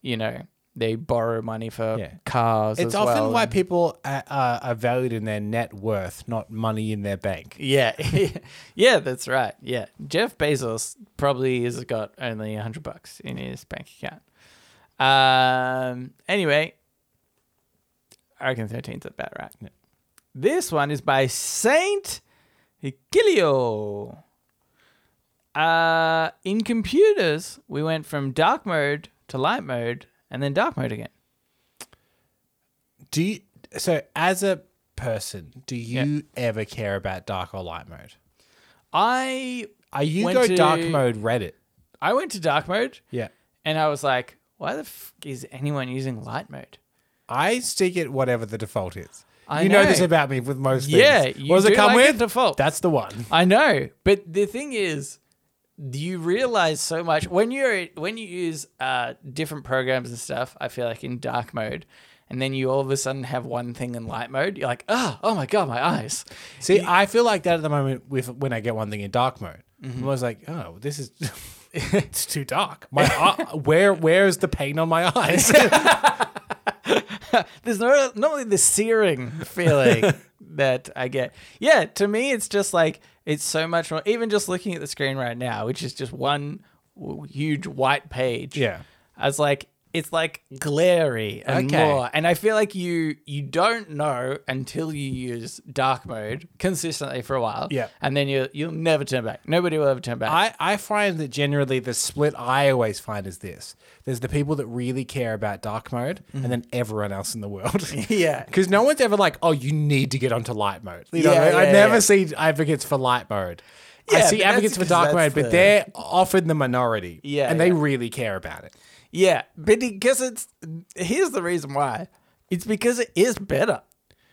A: You know, they borrow money for
B: Yeah.
A: cars.
B: It's
A: as
B: often
A: well
B: why
A: and-
B: people are, are are valued in their net worth, not money in their bank.
A: Yeah, (laughs) yeah, that's right. Yeah, Jeff Bezos probably has got only a hundred bucks in his bank account. Um. Anyway, I reckon thirteen's about right. This one is by Saint Gilio. Uh, in computers, we went from dark mode to light mode, and then dark mode again.
B: Do you, so as a person, do you ever care about dark or light mode?
A: I
B: Are you
A: Went
B: go
A: to-
B: dark mode Reddit?
A: I went to dark mode,
B: Yeah.
A: and I was like, "Why the f- is anyone using light mode?"
B: I stick it whatever the default is.
A: I
B: you know.
A: know.
B: this about me with most
A: Yeah,
B: things.
A: you
B: What does
A: do
B: it come
A: like a
B: with?
A: default.
B: That's the one.
A: I know, but the thing is, you realize so much when you're when you use uh, different programs and stuff. I feel like in dark mode, and then you all of a sudden have one thing in light mode. You're like, oh, oh my god, my eyes.
B: See, I feel like that at the moment with when I get one thing in dark mode.
A: Mm-hmm.
B: I'm always like, oh, this
A: (laughs)
B: is (laughs) it's too dark. My eye, where where is the pain on my
A: (laughs)
B: eyes?
A: There's no normally the searing
B: (laughs)
A: feeling that I get. Yeah, to me, it's just like it's so much more. Even just looking at the screen right now, which is just one w- huge white page.
B: yeah.
A: I was like, it's like glary and
B: Okay.
A: more. And I feel like you you don't know until you use dark mode consistently for a while.
B: Yeah.
A: And then you you'll never turn back. Nobody will ever turn back.
B: I, I find that generally the split I always find is this. There's the people that really care about dark mode and then everyone else in the world.
A: Mm-hmm. (laughs)
B: (laughs)
A: Yeah.
B: Because no one's ever like, oh, you need to get onto light mode. You know
A: Yeah,
B: what I, mean?
A: yeah,
B: I never
A: yeah.
B: see advocates for light mode. I
A: Yeah, but
B: see
A: that's
B: advocates for
A: 'cause
B: dark
A: that's
B: mode,
A: the-
B: but they're often the minority.
A: Yeah,
B: And they
A: yeah.
B: really care about it.
A: yeah. But because it's here's the reason why. It's because it is better.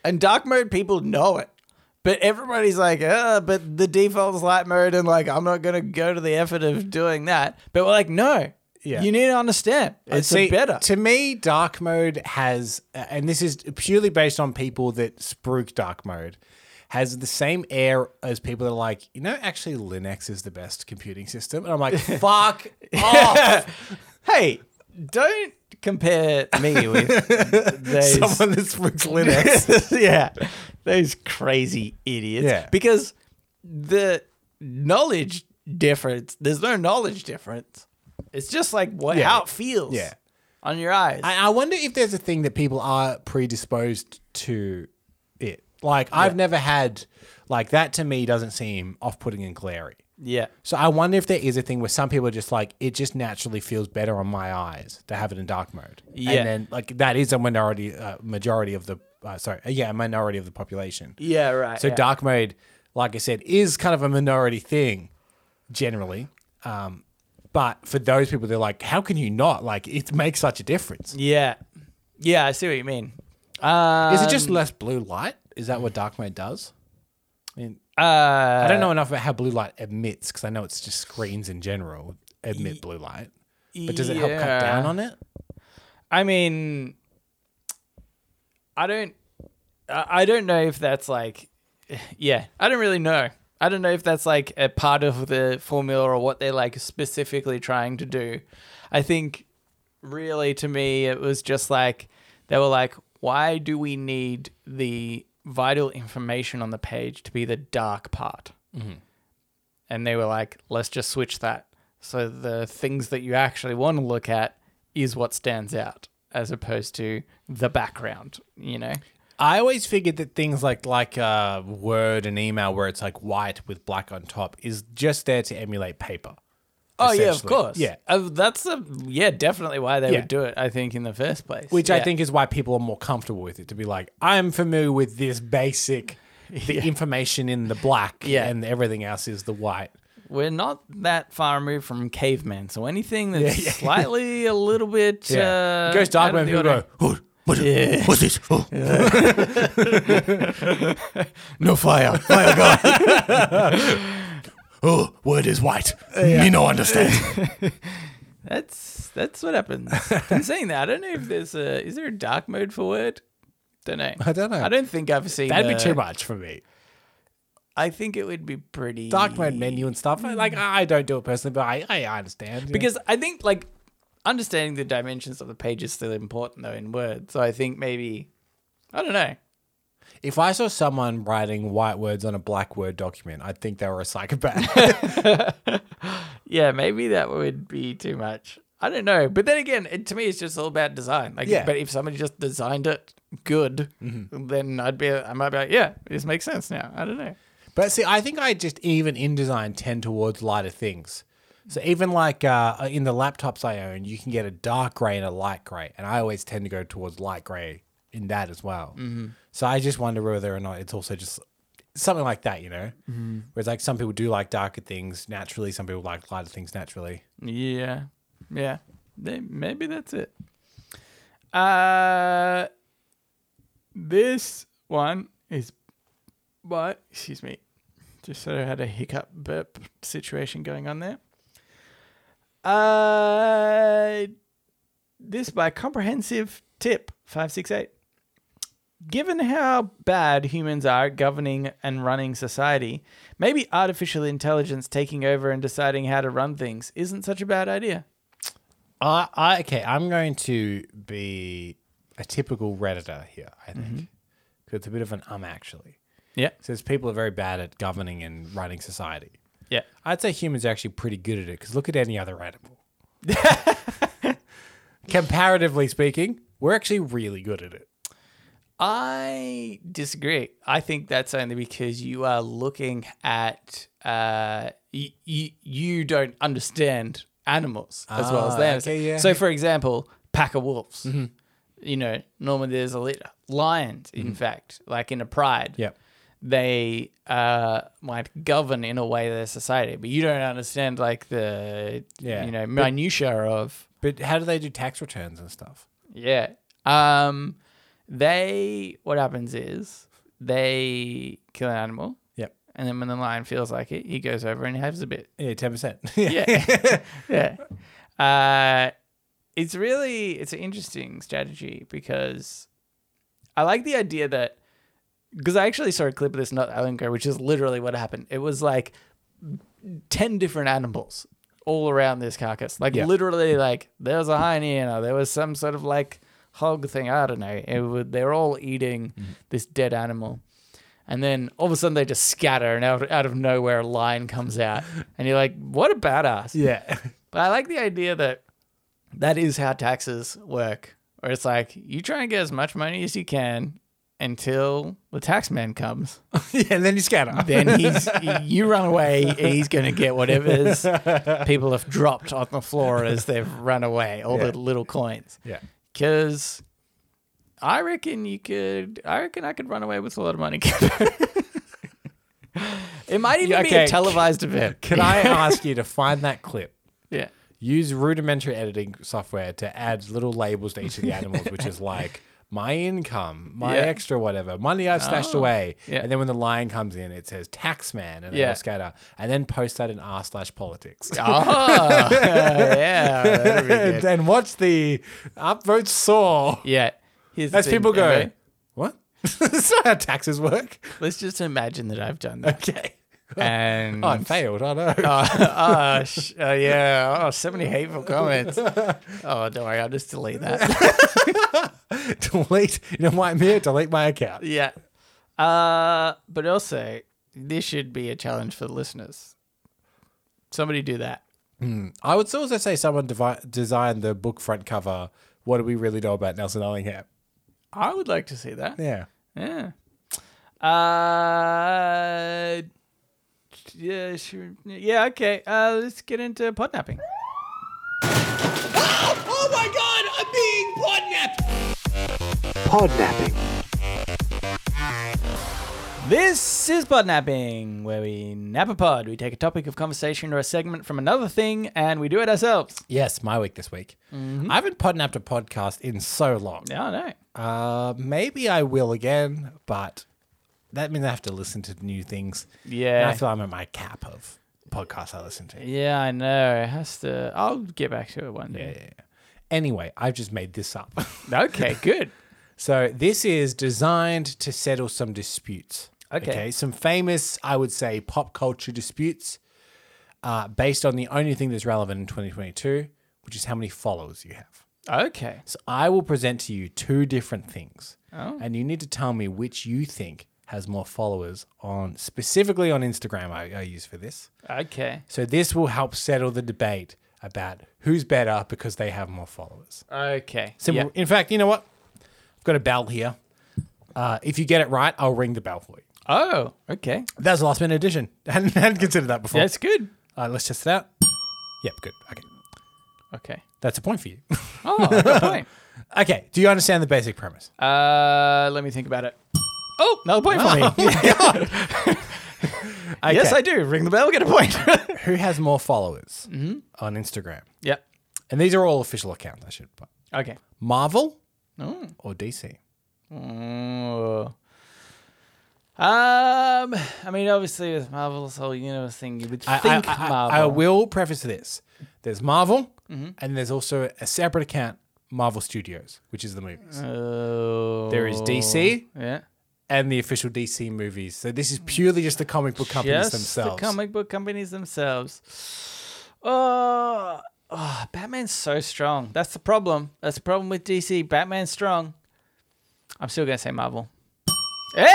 A: And dark mode people know it. But everybody's like, uh, but the default is light mode and like I'm not gonna go to the effort of doing that. But we're like, no.
B: Yeah.
A: You need to understand. It's
B: See,
A: better.
B: To me, dark mode has, uh, and this is purely based on people that spruik dark mode, has the same air as people that are like, you know, actually
A: (laughs)
B: Linux is the best computing system. And I'm like, fuck off.
A: hey, don't compare
B: (laughs)
A: me with those
B: Someone that
A: (laughs)
B: speaks Linux. (laughs)
A: yeah, those crazy idiots.
B: Yeah.
A: Because the knowledge difference, there's no knowledge difference. It's just like what
B: Yeah.
A: how it feels.
B: Yeah.
A: On your eyes.
B: I, I wonder if there's a thing that people are predisposed to it. Like I've never had like that to me doesn't seem off putting and glary.
A: yeah.
B: So I wonder if there is a thing where some people are just like it just naturally feels better on my eyes to have it in dark mode.
A: Yeah.
B: And then like that is a minority uh, majority of the uh, sorry, yeah, a minority of the population.
A: Yeah, right.
B: So
A: yeah.
B: dark mode, like I said, is kind of a minority thing generally. Um but for those people, they're like, how can you not? Like, it makes such a difference.
A: Yeah. Yeah, I see what you mean. Uh,
B: Is it just less blue light? Is that what dark mode does? I mean,
A: uh,
B: I don't know enough about how blue light emits because I know it's just screens in general emit blue light. But does it help cut down on it?
A: I mean, I don't, I I don't know if that's like, (sighs) yeah, I don't really know. I don't know if that's like a part of the formula or what they're like specifically trying to do. I think, really, to me, it was just like they were like, why do we need the vital information on the page to be the dark part? and they were like, let's just switch that. So the things that you actually want to look at is what stands out as opposed to the background, you know?
B: I always figured that things like like uh, Word and email, where it's like white with black on top, is just there to emulate paper.
A: Oh, yeah, of
B: Essentially.
A: course.
B: Yeah.
A: Uh, that's, a, yeah, definitely why they
B: Yeah.
A: would do it, I think, in the first place.
B: Which I
A: Yeah.
B: think is why people are more comfortable with it to be like, I'm familiar with this basic, (laughs) the information in the black,
A: Yeah.
B: and everything else is the white.
A: we're not that far removed from cavemen. So anything
B: (laughs)
A: that's slightly a little bit. Uh,
B: Yeah. it goes dark when people go, "Oh, what, what's this? Oh."
A: no fire.
B: Oh, word is white. You know, understand.
A: That's that's what
B: (laughs)
A: happens. I'm saying that. I don't know if there's a is there a dark mode for Word? Don't know.
B: I don't know.
A: I don't think I've seen.
B: That'd be
A: a-
B: too much for me.
A: I think it would be pretty
B: Dark mode menu and stuff. Like I don't do it personally, but I I understand
A: because I think like understanding the dimensions of the page is still important though in Word. So I think maybe I don't know.
B: if I saw someone writing white words on a black word document, I'd think they were a psychopath. (laughs)
A: Yeah, maybe that would be too much. I don't know. But then again, it, to me, it's just all about design. Like,
B: Yeah. Mm-hmm.
A: but if somebody just designed it good, then I'd be I might be like, yeah, this makes sense now. I don't know.
B: but see, I think I just even in design tend towards lighter things. So even like uh, in the laptops I own, you can get a dark gray and a light gray, and I always tend to go towards light gray in that as well. So I just wonder whether or not it's also just something like that, you know? Whereas like some people do like darker things naturally, some people like lighter things naturally.
A: Yeah. Yeah. They, maybe that's it. Uh this one is but excuse me. Just sort of had a hiccup burp situation going on there. Uh this by comprehensive tip 568. Given how bad humans are at governing and running society, maybe artificial intelligence taking over and deciding how to run things isn't such a bad idea.
B: I, I okay. I'm going to be a typical redditor here. I think 'Cause it's a bit of an um actually.
A: Yeah.
B: Says people are very bad at governing and running society.
A: Yeah.
B: I'd say humans are actually pretty good at it because look at any other animal. (laughs) Comparatively speaking, we're actually really good at it.
A: I disagree. I think that's only because you are looking at uh you you, you don't understand animals as well as
B: Ah,
A: them.
B: okay, yeah. Mm-hmm.
A: So for example, pack of wolves. You know, normally there's a litter. Lions,
B: Mm-hmm.
A: in fact, like in a pride.
B: Yep.
A: they uh, might govern in a way their society, but you don't understand like the
B: Yeah.
A: you know minutia of
B: But how do they do tax returns and stuff?
A: yeah. Um, they what happens is they kill an animal,
B: Yep.
A: and then when the lion feels like it, he goes over and has a bit.
B: Yeah, ten percent. (laughs) yeah.
A: Yeah, (laughs) yeah. Uh, it's really it's an interesting strategy because I like the idea that because I actually saw a clip of this not that long ago, which is literally what happened. It was like ten different animals all around this carcass. Like
B: Yeah.
A: literally, like there was a hyena, there was some sort of like hog thing. I don't know. It would, they're all eating this dead animal, and then all of a sudden they just scatter, and out, out of nowhere a lion comes out, and you're like, what a badass.
B: Yeah. (laughs)
A: But I like the idea that that is how taxes work, where it's like you try and get as much money as you can until the tax man comes.
B: yeah, and then you scatter.
A: Then he's you run away, and he's going to get whatever's
B: (laughs)
A: people have dropped on the floor as they've run away, all
B: Yeah.
A: the little coins.
B: (laughs) yeah.
A: Because I reckon you could, I reckon I could run away with a lot of money. (laughs) it might even be
B: okay.
A: a televised event.
B: Can (laughs) I ask you to find that clip?
A: Yeah.
B: Use rudimentary editing software to add little labels to each of the animals, which is like my income, my
A: Yeah. Oh.
B: extra whatever, money I've stashed away.
A: yeah.
B: And then when the lion comes in, it says tax man and
A: Yeah.
B: yeah. scatter. And then post that in r slash politics.
A: Oh, yeah. (laughs) that'd be good.
B: and, and watch the upvote soar
A: Yeah. Here's the
B: as
A: thing,
B: people go,
A: okay?
B: what? (laughs) That's not how taxes work. (laughs)
A: Let's just imagine that I've done (laughs) that.
B: Okay.
A: And (laughs)
B: Oh, I failed. I know.
A: oh, sh- oh, yeah. Oh, so many hateful comments. (laughs) Oh, don't worry. I'll just delete (laughs) that.
B: (laughs) delete. You know why I'm here? Delete my account.
A: yeah. Uh, but also, this should be a challenge for the listeners. Somebody do that.
B: I would also say someone devi- designed the book front cover. What do we really know about Nelson Ellingham?
A: I would like to see that.
B: Yeah.
A: Yeah. Uh, yeah, sure. Yeah, okay. Uh, let's get into podnapping.
E: (gasps) Oh my god, I'm being podnapped!
F: Podnapping.
A: This is Podnapping, where we nap a pod. We take a topic of conversation or a segment from another thing and we do it ourselves.
B: Yes, my week this week. I haven't podnapped a podcast in so long.
A: Yeah, I know.
B: Uh, maybe I will again, but that means I have to listen to new things.
A: Yeah.
B: And I feel I'm at my cap of podcasts I listen to.
A: Yeah, I know. It has to. I'll get back to it one day.
B: Yeah. Anyway, I've just made this up. (laughs)
A: Okay, good.
B: So this is designed to settle some disputes.
A: Okay.
B: Some famous, I would say, pop culture disputes uh, based on the only thing that's relevant in 2022, which is how many followers you have.
A: Okay.
B: So I will present to you two different things. And you need to tell me which you think has more followers on specifically on Instagram I, I use for this.
A: Okay.
B: So this will help settle the debate about who's better because they have more followers.
A: Okay.
B: Simple. In fact, you know what? I've got a bell here. Uh, if you get it right, I'll ring the bell for you.
A: Yeah. Oh, okay.
B: That's a last minute addition. (laughs) I hadn't, hadn't considered that before.
A: That's good.
B: All right, let's test it out. Yep, good. Okay.
A: Okay.
B: That's a point for you. (laughs)
A: Oh, good point.
B: okay. Do you understand the basic premise?
A: Uh, let me think about it. Oh, another point (laughs) for me.
B: Okay.
A: Yes, I do. Ring the bell, get a point.
B: (laughs)
A: (laughs)
B: Who has more followers
A: Mm-hmm.
B: on Instagram?
A: yep.
B: And these are all official accounts, I should put.
A: Okay.
B: Marvel or DC?
A: Oh. Um, I mean, obviously with Marvel's whole universe thing, you would
B: I- I-
A: think
B: I, I-
A: Marvel. Mm-hmm.
B: I will preface this. There's Marvel, and there's also a separate account, Marvel Studios, which is the movies.
A: Uh, Oh.
B: there is DC,
A: Yeah.
B: and the official DC movies. So this is purely just the comic book companies
A: Just
B: themselves.
A: the comic book companies themselves. Oh, oh, Batman's so strong. That's the problem. That's the problem with DC. Batman's strong. I'm still gonna say Marvel. Hey,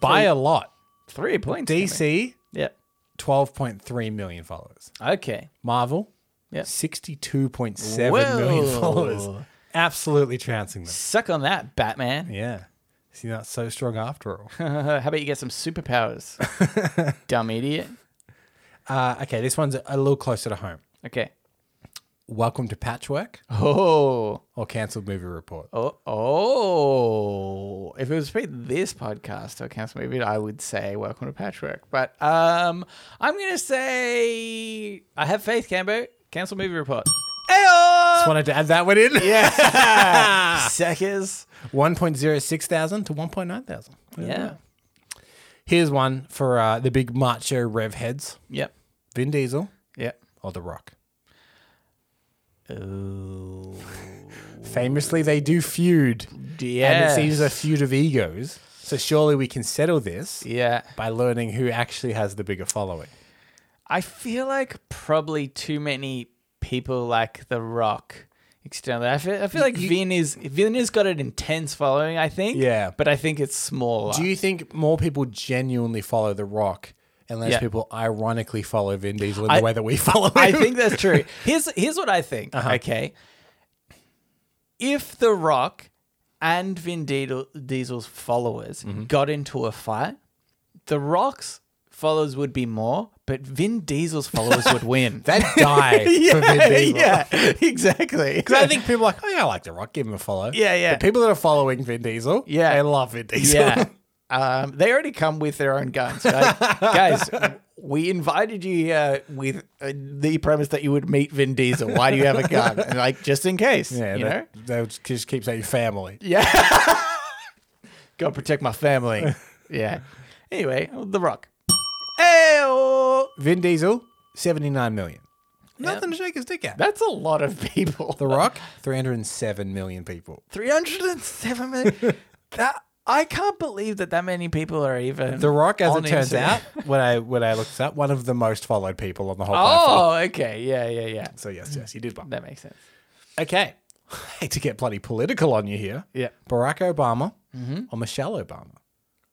B: By a lot.
A: three points. for me.
B: DC,
A: Yep.
B: 12.3 million followers.
A: Okay.
B: Marvel,
A: Yep.
B: sixty-two point seven million
A: Whoa.
B: followers. Absolutely trouncing them.
A: Suck on that, Batman. Uh,
B: Yeah. See, that's so strong after
A: (laughs)
B: all.
A: How about you get some
B: (laughs)
A: superpowers? Dumb idiot.
B: uh, okay, this one's a little closer to home.
A: Okay.
B: Welcome to Patchwork
A: Oh.
B: or Cancelled Movie Report.
A: Oh, oh. If it was for this podcast or council movie, I would say welcome to Patchwork. But um, I'm gonna say I have faith, Cambo. Cancel movie report.
B: Just wanted to add that one in. (laughs) Yeah.
A: Seckers.
B: 1.06 thousand to 1.9 thousand.
A: Yeah.
B: Here's one for uh, the big macho rev heads
A: Yep.
B: Vin Diesel
A: Yep.
B: or The Rock.
A: Oh.
B: Famously, they do feud. And it
A: Yes.
B: seems a feud of egos. So surely we can settle this
A: Yeah.
B: by learning who actually has the bigger following.
A: I feel like probably too many people like The Rock externally. I feel, I feel like Vin is Vin has got an intense following. I think.
B: Yeah.
A: But I think it's smaller.
B: Do you think more people genuinely follow The Rock and less
A: Yeah.
B: people ironically follow Vin Diesel in
A: I-
B: the way that we (laughs) follow him?
A: I think that's true. Here's here's what I think.
B: Uh-huh.
A: Okay. If The Rock and Vin Diesel, Diesel's followers
B: Mm-hmm.
A: got into a fight, The Rock's followers would be more, but Vin Diesel's followers would win.
B: (laughs) that
A: (laughs)
B: die for Vin Diesel.
A: yeah,
B: (laughs)
A: exactly.
B: Because I think people are like, oh yeah, I like The Rock, give him a follow.
A: Yeah, yeah.
B: The people that are following Vin Diesel,
A: Yeah.
B: they love Vin Diesel.
A: (laughs) Yeah. Um, they already come with their own guns, right? guys. We invited you here with uh, the premise that you would meet Vin Diesel. Why do you have a
B: (laughs)
A: gun? And like, just in case,
B: (laughs) yeah,
A: you
B: they,
A: know.
B: they would just keep saying family.
A: Yeah. Gotta protect my family. (laughs) yeah. Anyway, The Rock. Hey,
B: Vin Diesel, seventy nine million. Nothing to shake his dick at.
A: that's a lot of (laughs) people.
B: the Rock, Uh, three hundred and seven million people.
A: 307 (laughs) million. that I can't believe that that many people are even.
B: The Rock, as
A: on
B: it turns
A: Instagram.
B: out, when I when I looked this up, one of the most followed people on the whole platform.
A: (laughs) Oh, okay. Yeah, yeah, yeah.
B: So yes, yes, he did one.
A: That makes sense.
B: Okay. (laughs) hate to get bloody political on you here.
A: Yeah.
B: Barack Obama or Michelle Obama?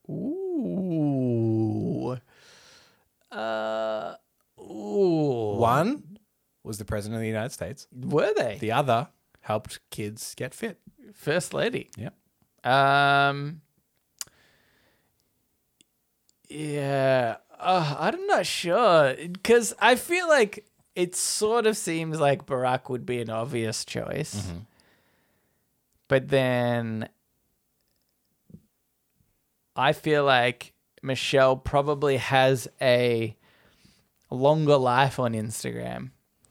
A: Ooh. Uh. Ooh.
B: One was the president of the United States.
A: Were they
B: The other helped kids get fit.
A: first lady?
B: Yep.
A: Um. Yeah, uh, I'm not sure because I feel like it sort of seems like Barack would be an obvious choice, but then I feel like Michelle probably has a longer life on Instagram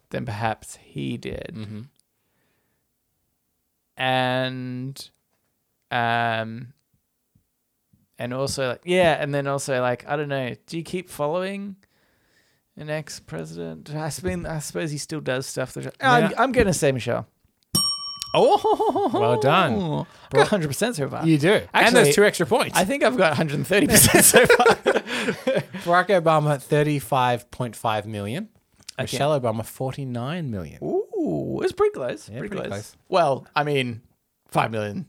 A: than perhaps he did, and um and also like yeah and then also like i don't know do you keep following an ex-president i spin i suppose he still does stuff that I'm,
B: Yeah.
A: I'm gonna say michelle oh
B: Well done.
A: I've got 100% so far
B: do. and
A: Actually,
B: there's two extra points.
A: i think i've got 130% so
B: (laughs)
A: far
B: Barack Obama, 35.5 million. Michelle Obama, 49 million.
A: ooh it's pretty close pretty,
B: pretty
A: close.
B: close.
A: well i mean 5 million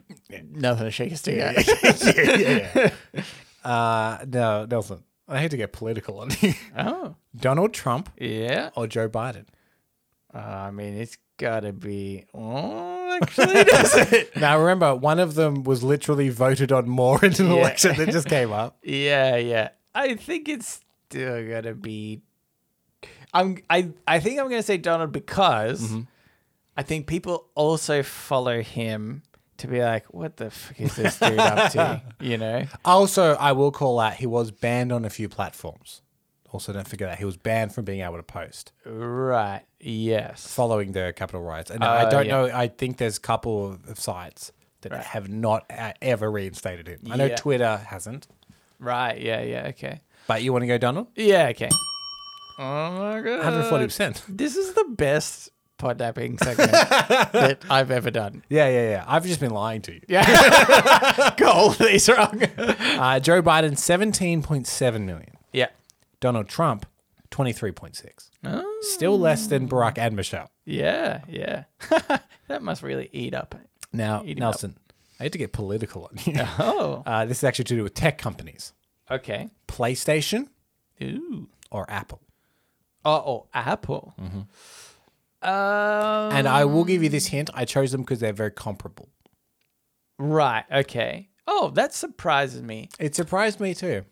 A: nothing to shake a stick at
B: (laughs) Uh, no, Nelson, I hate to get political on (laughs) you.
A: oh
B: Donald Trump
A: yeah
B: or Joe Biden?
A: Uh, I mean, it's gotta be. Oh, actually,
B: (laughs)
A: does it?
B: Now, remember, one of them was literally voted on more (laughs) in an
A: Yeah.
B: election that just came up.
A: Yeah, yeah. I think it's still gotta be. I'm. I. I think I'm gonna say Donald because
B: Mm-hmm.
A: I think people also follow him to be like, what the fuck is this dude up
B: (laughs)
A: to? You know.
B: Also, I will call out he was banned on a few platforms. Also, don't forget that he was banned from being able to post
A: Right. Yes.
B: following the capital riots. And I
A: Oh,
B: don't
A: yeah.
B: know. I think there's a couple of sites that have not uh, ever reinstated him. I know
A: Yeah.
B: Twitter hasn't.
A: Right. Yeah. Yeah. Okay.
B: But you want to go Donald?
A: Yeah. Okay. Oh my god. (laughs)
B: 140. percent
A: This is the best pod dapping (laughs) segment that I've ever (laughs) done.
B: Yeah, yeah, yeah. I've just been lying to you.
A: Got all these wrong.
B: Uh, Joe Biden, 17.7 million.
A: (laughs) Yeah.
B: Donald Trump, 23.6. Still less than Barack and Michelle.
A: Yeah, yeah. (laughs) that must really eat up.
B: Now,
A: Eat him up.
B: Nelson, I hate to get political on you.
A: Oh,
B: Uh, this is actually to do with tech companies
A: okay.
B: PlayStation
A: Ooh.
B: or Apple.
A: Oh, oh Apple. Um,
B: And I will give you this hint I chose them because they're very comparable.
A: right, okay. Oh, that surprises me.
B: It surprised me too.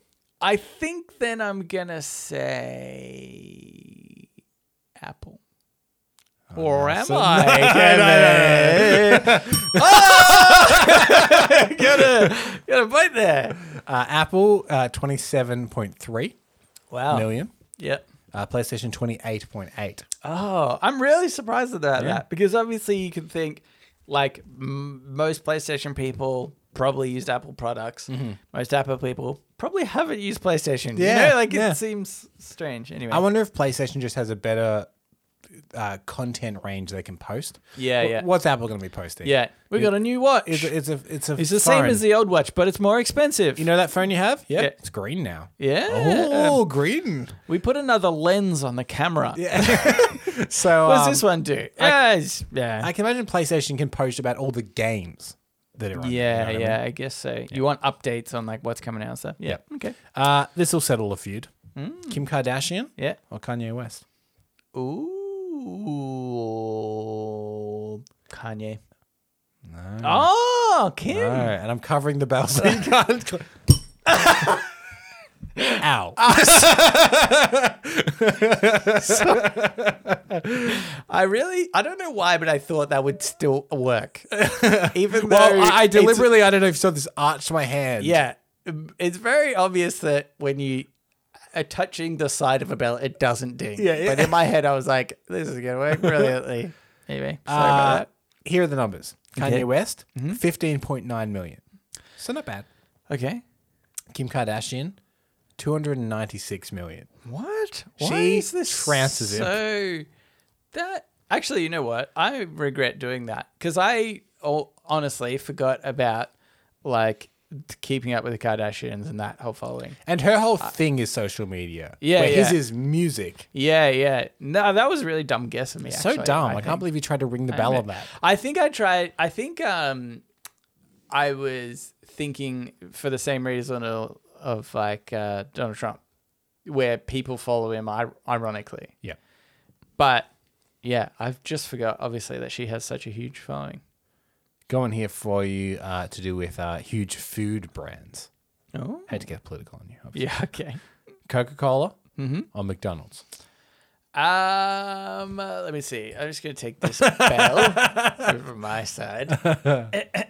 A: I think then I'm gonna say Apple.
B: Oh,
A: or am I? (laughs) Gonna, gonna bite
B: (laughs)
A: there.
B: Uh, Apple, uh, 27.3
A: Wow.
B: million.
A: Yep.
B: Uh, PlayStation, 28.8.
A: Oh, I'm really surprised about that because obviously you can think like m- most PlayStation people probably used Apple products. Most Apple people probably haven't used PlayStation.
B: Mm-hmm. Yeah,
A: You know, like
B: yeah.
A: it seems strange. Anyway,
B: I wonder if PlayStation just has a better uh, content range they can post.
A: Yeah,
B: Wh-
A: yeah.
B: What's Apple going to be posting?
A: Yeah, we got a new watch.
B: It's a, it's a it's a
A: It's the same
B: phone.
A: as the old watch, but it's more expensive.
B: You know that phone you have?
A: Yeah.
B: It's green now.
A: yeah. Um,
B: Oh,
A: (laughs)
B: green.
A: We put another lens on the camera.
B: So
A: What does
B: um,
A: this one do? Yeah, it's- yeah.
B: I can imagine PlayStation can post about all the games that are on there, you know
A: yeah,
B: what I
A: yeah, I, guess so. You want updates on like what's coming out and stuff. Yeah. Okay.
B: mean? Uh, this will settle a feud.
A: Mm.
B: Kim Kardashian
A: Yeah.
B: or Kanye West?
A: Ooh. Kanye. Oh, Kim.
B: Oh, and I'm covering
A: (laughs)
B: the bell so (laughs) you can't. cl- Ow.
A: Ah, I really, I don't know why, but I thought that would still
B: (laughs)
A: work. Even though
B: well, I, I
A: it's-
B: deliberately, I don't know if you saw this arch to my hand.
A: Yeah. um, It's very obvious that when you are touching the side of a bell, it doesn't ding.
B: Yeah, yeah.
A: But in my head, I was like, this is going to work (laughs) brilliantly. anyway, sorry
B: Uh,
A: about that.
B: Here are the numbers Kanye
A: Okay.
B: West, 15.9 million. So not bad.
A: Okay.
B: Kim Kardashian, 296 million.
A: What? Why
B: She
A: is this
B: trances him.
A: so? That actually, you know what? I regret doing that because I oh, honestly forgot about like t- keeping up with the Kardashians and that whole following.
B: And her whole thing is social media.
A: Yeah,
B: Where his
A: yeah.
B: is music.
A: Yeah, yeah. No, that was a really dumb guess of me.
B: So
A: actually,
B: dumb. I,
A: think.
B: can't believe you tried to ring the bell on that.
A: I think I tried. I think um, I was thinking for the same reason of, of like uh, Donald Trump, where people follow him ir- ironically.
B: Yeah.
A: But yeah, I've just forgot obviously that she has such a huge following.
B: Going here for you uh, to do with uh, huge food brands.
A: Oh.
B: Had to get political on you. obviously.
A: Yeah, okay.
B: Coca Cola or McDonald's?
A: Um, uh, let me see. I'm just gonna take this (laughs) bell from my side. (clears throat)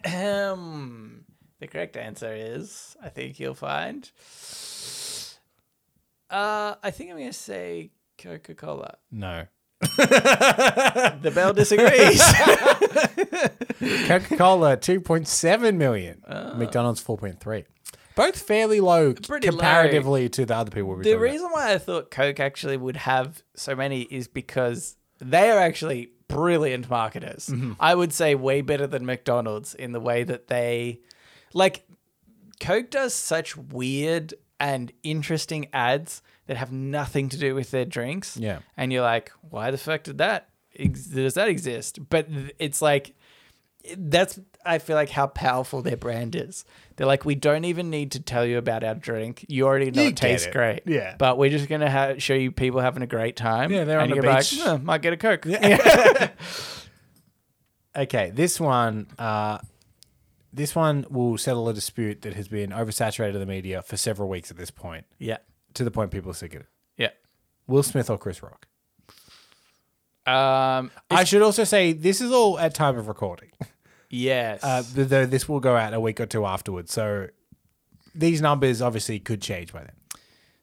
A: Ahem. the correct answer is, I think you'll find. Uh, I think I'm gonna say Coca-Cola.
B: No.
A: The bell disagrees. (laughs)
B: Coca (laughs) Cola, 2.7 million. McDonald's, 4.3. Both fairly low
A: Ah. Pretty low.
B: comparatively to the other people we're
A: the
B: talking about.
A: reason why I thought Coke actually would have so many is because they are actually brilliant marketers.
B: Mm-hmm.
A: I would say way better than McDonald's in the way that they like Coke does such weird and interesting ads that have nothing to do with their drinks.
B: Yeah.
A: And you're like, why the fuck did that ex- does that exist? But th- it's like that's I feel like how powerful their brand is. They're like, we don't even need to tell you about our drink. You already know
B: You
A: it
B: get
A: tastes
B: it.
A: great.
B: Yeah.
A: But we're just gonna ha- show you people having a great time.
B: Yeah, they're
A: and
B: on
A: you
B: the
A: go
B: beach.
A: Back, "Huh, might get a coke.
B: Okay, this one, uh, this one will settle a dispute that has been oversaturated in the media for several weeks at this point,
A: (laughs) yeah,
B: to the point people are sick of it.
A: yeah.
B: Will Smith or Chris Rock?
A: Um,
B: I should also say this is all at time of recording,
A: yes.
B: uh, th- though this will go out a week or two afterwards. So these numbers obviously could change by then.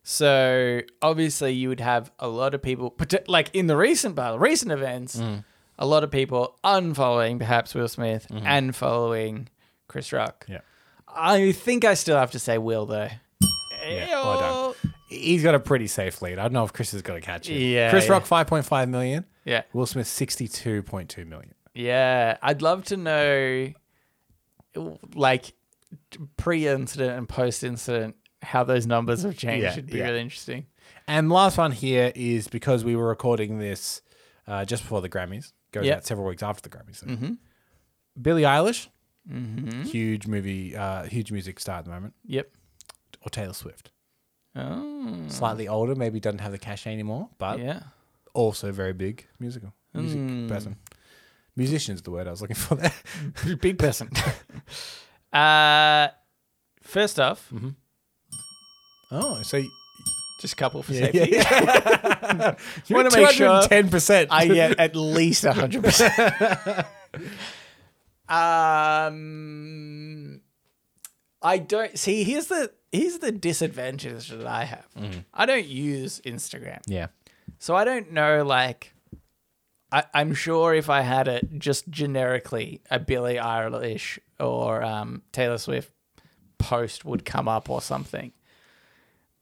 A: So obviously, you would have a lot of people, parti- like in the recent by the recent events,
B: Mm.
A: a lot of people unfollowing perhaps Will Smith and following Chris Rock.
B: Mm-hmm. Yeah.
A: I think I still have to say Will though.
B: Yeah, I don't. He's got a pretty safe lead. I don't know if Chris is going to catch him.
A: Yeah,
B: Chris
A: yeah.
B: Rock, five point five million.
A: Yeah,
B: Will Smith, sixty-two point two million.
A: yeah. I'd love to know, like, pre-incident and post-incident, how those numbers have changed.
B: Yeah,
A: It'd be
B: yeah.
A: really interesting.
B: And last one here is because we were recording this uh, just before the Grammys, goes
A: Yep.
B: out several weeks after the Grammys. though. Billie Eilish, huge movie, uh, huge music star at the moment,
A: Yep.
B: or Taylor Swift,
A: Oh,
B: slightly older, maybe doesn't have the cachet anymore, but
A: yeah.
B: also very big musical music person. Musician's the word I was looking for there.
A: big person. (laughs) uh, first off,
B: oh, (laughs) so you
A: just a couple for
B: yeah, (laughs)
A: safety.
B: want to make sure ten percent. (laughs)
A: I get at least hundred percent. (laughs) Um, I don't see. Here's the here's the disadvantage that I have. I don't use Instagram.
B: Yeah,
A: So I don't know, like, I, I'm sure if I had it just generically, a Billie Eilish or um, Taylor Swift post would come up or something.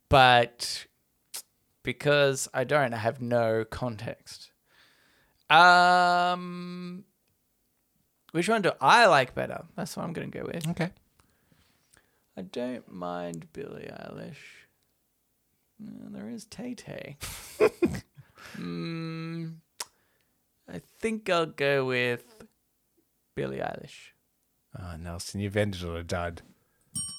A: But because I don't, I have no context. Um, which one do I like better? That's what I'm gonna go with.
B: Okay.
A: I don't mind Billie Eilish. Uh, there is Tay (laughs) Tay. mm, I think I'll go with Billie Eilish.
B: Oh, Nelson, you've ended on a dud.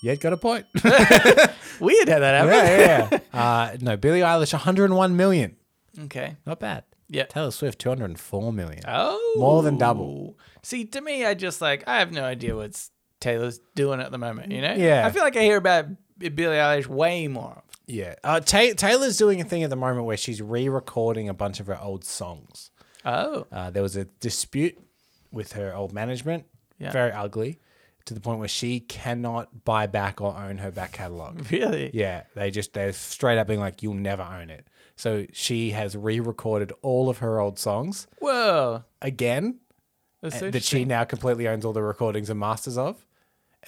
B: Yet got
A: (laughs)
B: a point.
A: Weird how that happened.
B: yeah, yeah. Uh, no, Billie Eilish, 101 million.
A: (laughs) Okay.
B: Not bad.
A: Yeah.
B: Taylor Swift, 204 million.
A: Oh,
B: More than double.
A: See, to me, I just like I have no idea what's Taylor's doing at the moment. You know?
B: Yeah.
A: I feel like I hear about B- Billie Eilish way more.
B: Yeah. Uh, Ta- Taylor's doing a thing at the moment where she's re recording a bunch of her old songs.
A: Oh,
B: Uh, there was a dispute with her old management,
A: Yeah.
B: very ugly, to the point where she cannot buy back or own her back catalog.
A: really?
B: Yeah, they just they're straight up being like, "You'll never own it." So she has re-recorded all of her old songs
A: Whoa.
B: again
A: That's so
B: that she now completely owns all the recordings and masters of.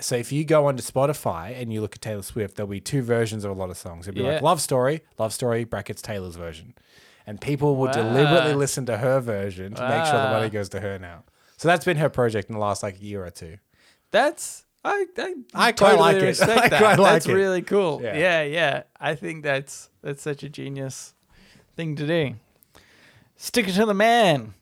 B: So if you go onto Spotify and you look at Taylor Swift, there'll be two versions of a lot of songs. It'll be
A: Yeah.
B: like Love Story, Love Story brackets Taylor's version, and people will deliberately listen to her version to make sure the money goes to her now. So that's been her project in the last like year or two.
A: That's I I,
B: I quite
A: totally
B: like it. (laughs)
A: respect
B: I
A: that.
B: quite like
A: that's
B: it.
A: really cool.
B: Yeah.
A: Yeah. yeah, I think that's that's such a genius thing to do. Stick it to the man.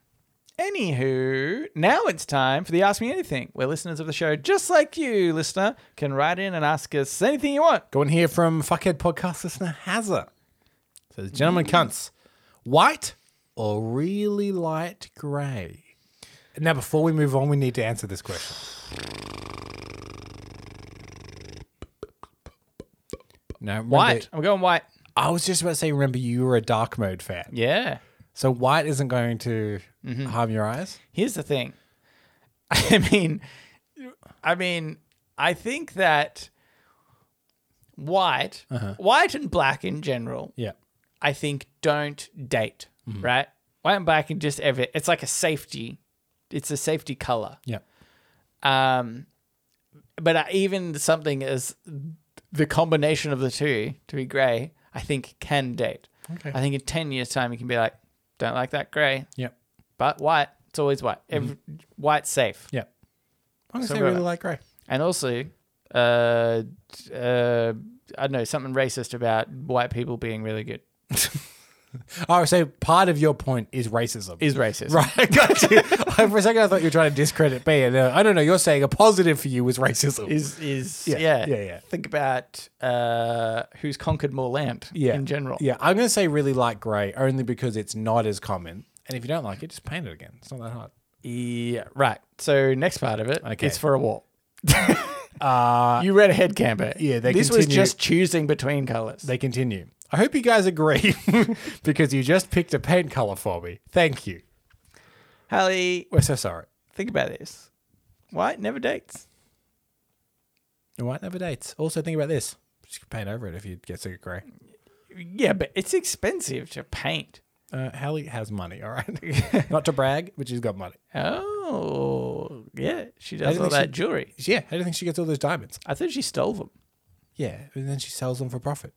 A: Anywho, now it's time for the Ask Me Anything, where listeners of the show, just like you, listener, can write in and ask us anything you want.
B: Go and hear from fuckhead podcast listener Hazza. Says, gentlemen cunts, white or really light grey? Now, before we move on, we need to answer this question. No, remember-
A: White. I'm going white.
B: I was just about to say, remember, you were a dark mode fan.
A: Yeah.
B: So, white isn't going to harm your eyes.
A: Here's the thing. (laughs) I mean, I mean, I think that white, white and black in general,
B: Yeah.
A: I think don't date, right? White and black and just every it's like a safety, it's a safety color.
B: Yeah.
A: Um, but I, even something as the combination of the two to be gray, I think can date.
B: Okay.
A: I think in ten years' time, you can be like, don't like that gray,
B: Yeah.
A: but white. It's always white. Every, White's safe.
B: Yeah. I'm going to
A: So
B: say
A: we're
B: really
A: like-
B: light grey.
A: And also, uh, uh, I don't know, something racist about white people being really good
B: Oh, so part of your point is racism.
A: is racist.
B: (laughs) Right, I got you. For a second, I thought you were trying to discredit me. And uh, I don't know. You're saying a positive for you was racism.
A: Is is
B: Yeah,
A: yeah
B: yeah, yeah.
A: Think about uh, who's conquered more land
B: yeah,
A: in general.
B: Yeah, I'm going to say really light grey only because it's not as common. And if you don't like it, just paint it again. It's not that hard.
A: Yeah, right. So next part of it is
B: Okay.
A: for a wall. you read ahead, Camber.
B: yeah, they
A: this was
B: continue-
A: just choosing between colors.
B: They continue. I hope you guys agree (laughs) because you just picked a paint color for me. Thank you.
A: Hallie,
B: We're so sorry.
A: think about this. White never dates.
B: And white never dates. Also, think about this. Just paint over it if you get sick of grey.
A: Yeah, but it's expensive to paint.
B: Uh, Hallie has money, all (laughs) right? not to brag, but she's got money.
A: Oh, yeah, she does
B: didn't
A: all
B: think
A: that
B: she-
A: jewelry.
B: Yeah, how do you think she gets all those diamonds?
A: I thought she stole them.
B: Yeah, and then she sells them for profit.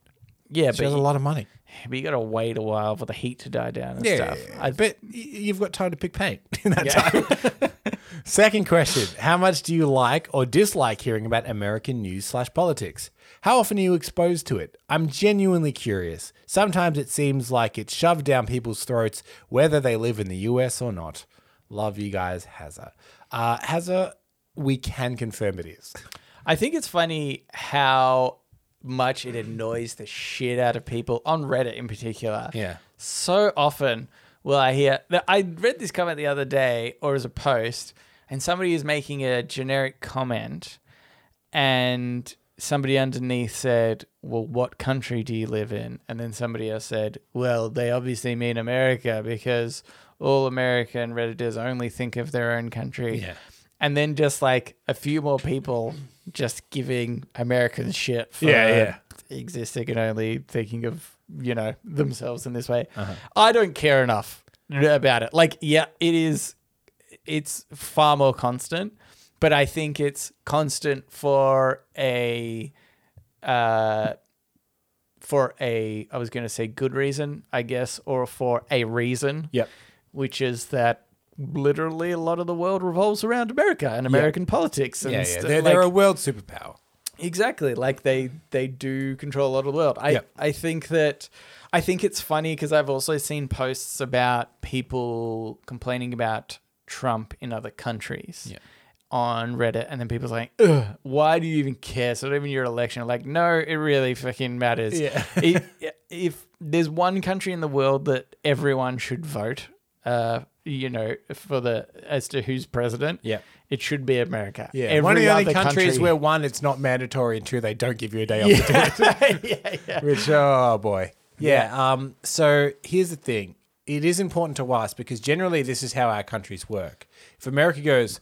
A: Yeah,
B: She
A: but,
B: has a
A: you,
B: lot of money.
A: but you gotta wait a while for the heat to die down and stuff. I,
B: I bet you've got time to pick paint (laughs) in that time. (laughs) Second question: How much do you like or dislike hearing about American news slash politics? How often are you exposed to it? I'm genuinely curious. Sometimes it seems like it's shoved down people's throats, whether they live in the U.S. or not. Love you guys, Hazza. Uh, Hazza, we can confirm it is.
A: I think it's funny how much it annoys the shit out of people on Reddit in particular.
B: Yeah.
A: So often will I hear now, I read this comment the other day or as a post, and somebody is making a generic comment, and somebody underneath said, Well, what country do you live in? And then somebody else said, Well, they obviously mean America because all American Redditors only think of their own country
B: Yeah.
A: and then just like a few more people just giving Americans shit for
B: Yeah, yeah.
A: existing and only thinking of you know themselves in this way.
B: Uh-huh.
A: I don't care enough about it. Like, yeah, it is. It's far more constant, but I think it's constant for a. Uh, for a, I was going to say good reason, I guess, or for a reason which is that literally a lot of the world revolves around America and American politics. And
B: Yeah, yeah.
A: stuff
B: They're,
A: like-
B: they're a world superpower.
A: Exactly. Like they they do control a lot of the world. I
B: Yeah.
A: I think that I think it's funny because I've also seen posts about people complaining about Trump in other countries on Reddit, and then people's like, Ugh, "Why do you even care? It's not even your election." Like, no, it really fucking matters.
B: Yeah.
A: (laughs) if, if there's one country in the world that everyone should vote, uh, you know, for the as to who's president,
B: Yeah.
A: it should be America.
B: Yeah,
A: Every
B: one of the only
A: other
B: countries
A: country-
B: where one, it's not mandatory, and two, they don't give you a day off. to do
A: (laughs)
B: it. (laughs) Which oh boy, yeah. Um. So here's the thing: it is important to us because generally this is how our countries work. If America goes,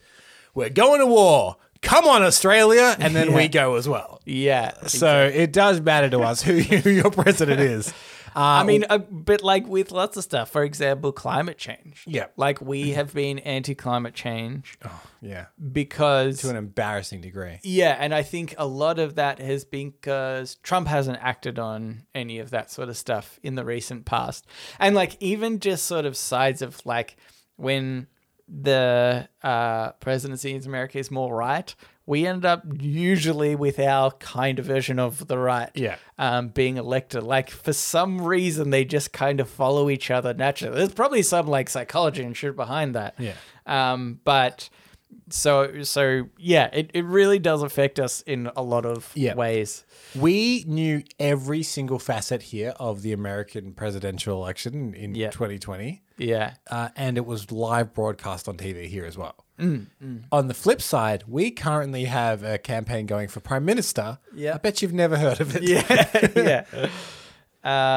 B: we're going to war. Come on, Australia, and then we go
A: (laughs)
B: as well.
A: Yeah.
B: So it does matter to us who, (laughs) who
A: (laughs)
B: your president is. Uh,
A: I mean, a bit like with lots of stuff. For example, climate change.
B: Yeah.
A: Like we have been anti climate change
B: yeah,
A: because.
B: to an embarrassing degree.
A: yeah, and I think a lot of that has been because Trump hasn't acted on any of that sort of stuff in the recent past. And like even just sort of sides of like when the uh, presidency in America is more right, we end up usually with our kind of version of the right
B: Yeah.
A: um, being elected. Like for some reason, they just kind of follow each other naturally. There's probably some like psychology and shit behind that.
B: Yeah.
A: Um, but so so yeah, it, it really does affect us in a lot of
B: Yeah.
A: ways.
B: We knew every single facet here of the American presidential election in
A: Yeah.
B: 2020. (laughs)
A: Yeah. (laughs)
B: uh, and it was live broadcast on TV here as well.
A: Mm,
B: On the flip side, we currently have a campaign going for prime minister.
A: Yeah.
B: I bet you've never heard of it.
A: yeah.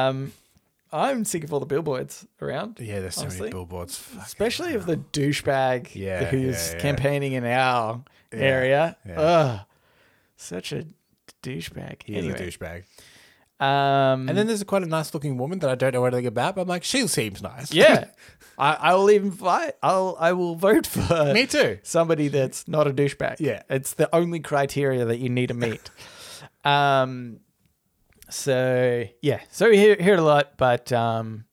A: Um, I'm sick of all the billboards around.
B: (laughs) yeah. There's so
A: honestly.
B: many billboards. Fuck.
A: Especially of the douchebag
B: Yeah,
A: who's
B: yeah, yeah.
A: campaigning in our area.
B: yeah.
A: Ugh. Such a douchebag.
B: He is
A: anyway.
B: a douchebag.
A: Um,
B: And then there's a quite a nice looking woman that I don't know anything about, but I'm like, she seems nice. (laughs)
A: yeah, I, I will even fight. I'll I will vote for
B: Me too.
A: somebody that's not a douchebag.
B: Yeah.
A: it's the only criteria that you need to (laughs) meet. um, so yeah, so we hear, hear it a lot, but um,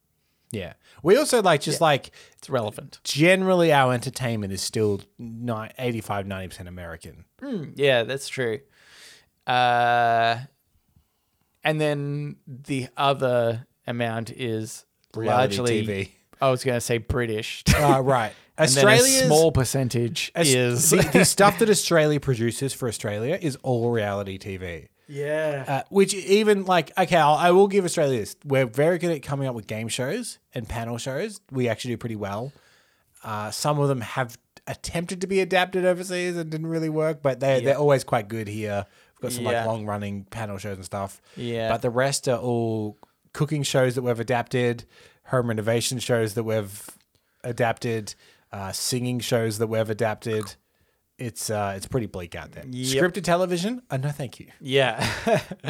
B: Yeah. We also like just like
A: it's relevant.
B: generally our entertainment is still ni- 85, 90% American.
A: Yeah, that's true. Uh, and then the other amount is
B: Reality
A: largely.
B: TV.
A: I was going to say British. (laughs)
B: Uh, right.
A: And then a
B: Australia's
A: small percentage
B: As-
A: is
B: the, the stuff that Australia produces for Australia is all reality TV.
A: (laughs) yeah.
B: Uh, which even like okay, I'll, I will give Australia this: we're very good at coming up with game shows and panel shows. We actually do pretty well. Uh, some of them have attempted to be adapted overseas and didn't really work, but they they're always quite good here. We've got some
A: Yeah.
B: like long running panel shows and stuff.
A: Yeah.
B: but the rest are all cooking shows that we've adapted, home renovation shows that we've adapted, uh, singing shows that we've adapted. It's uh, it's pretty bleak out there. Scripted television, uh, no, thank you.
A: Yeah.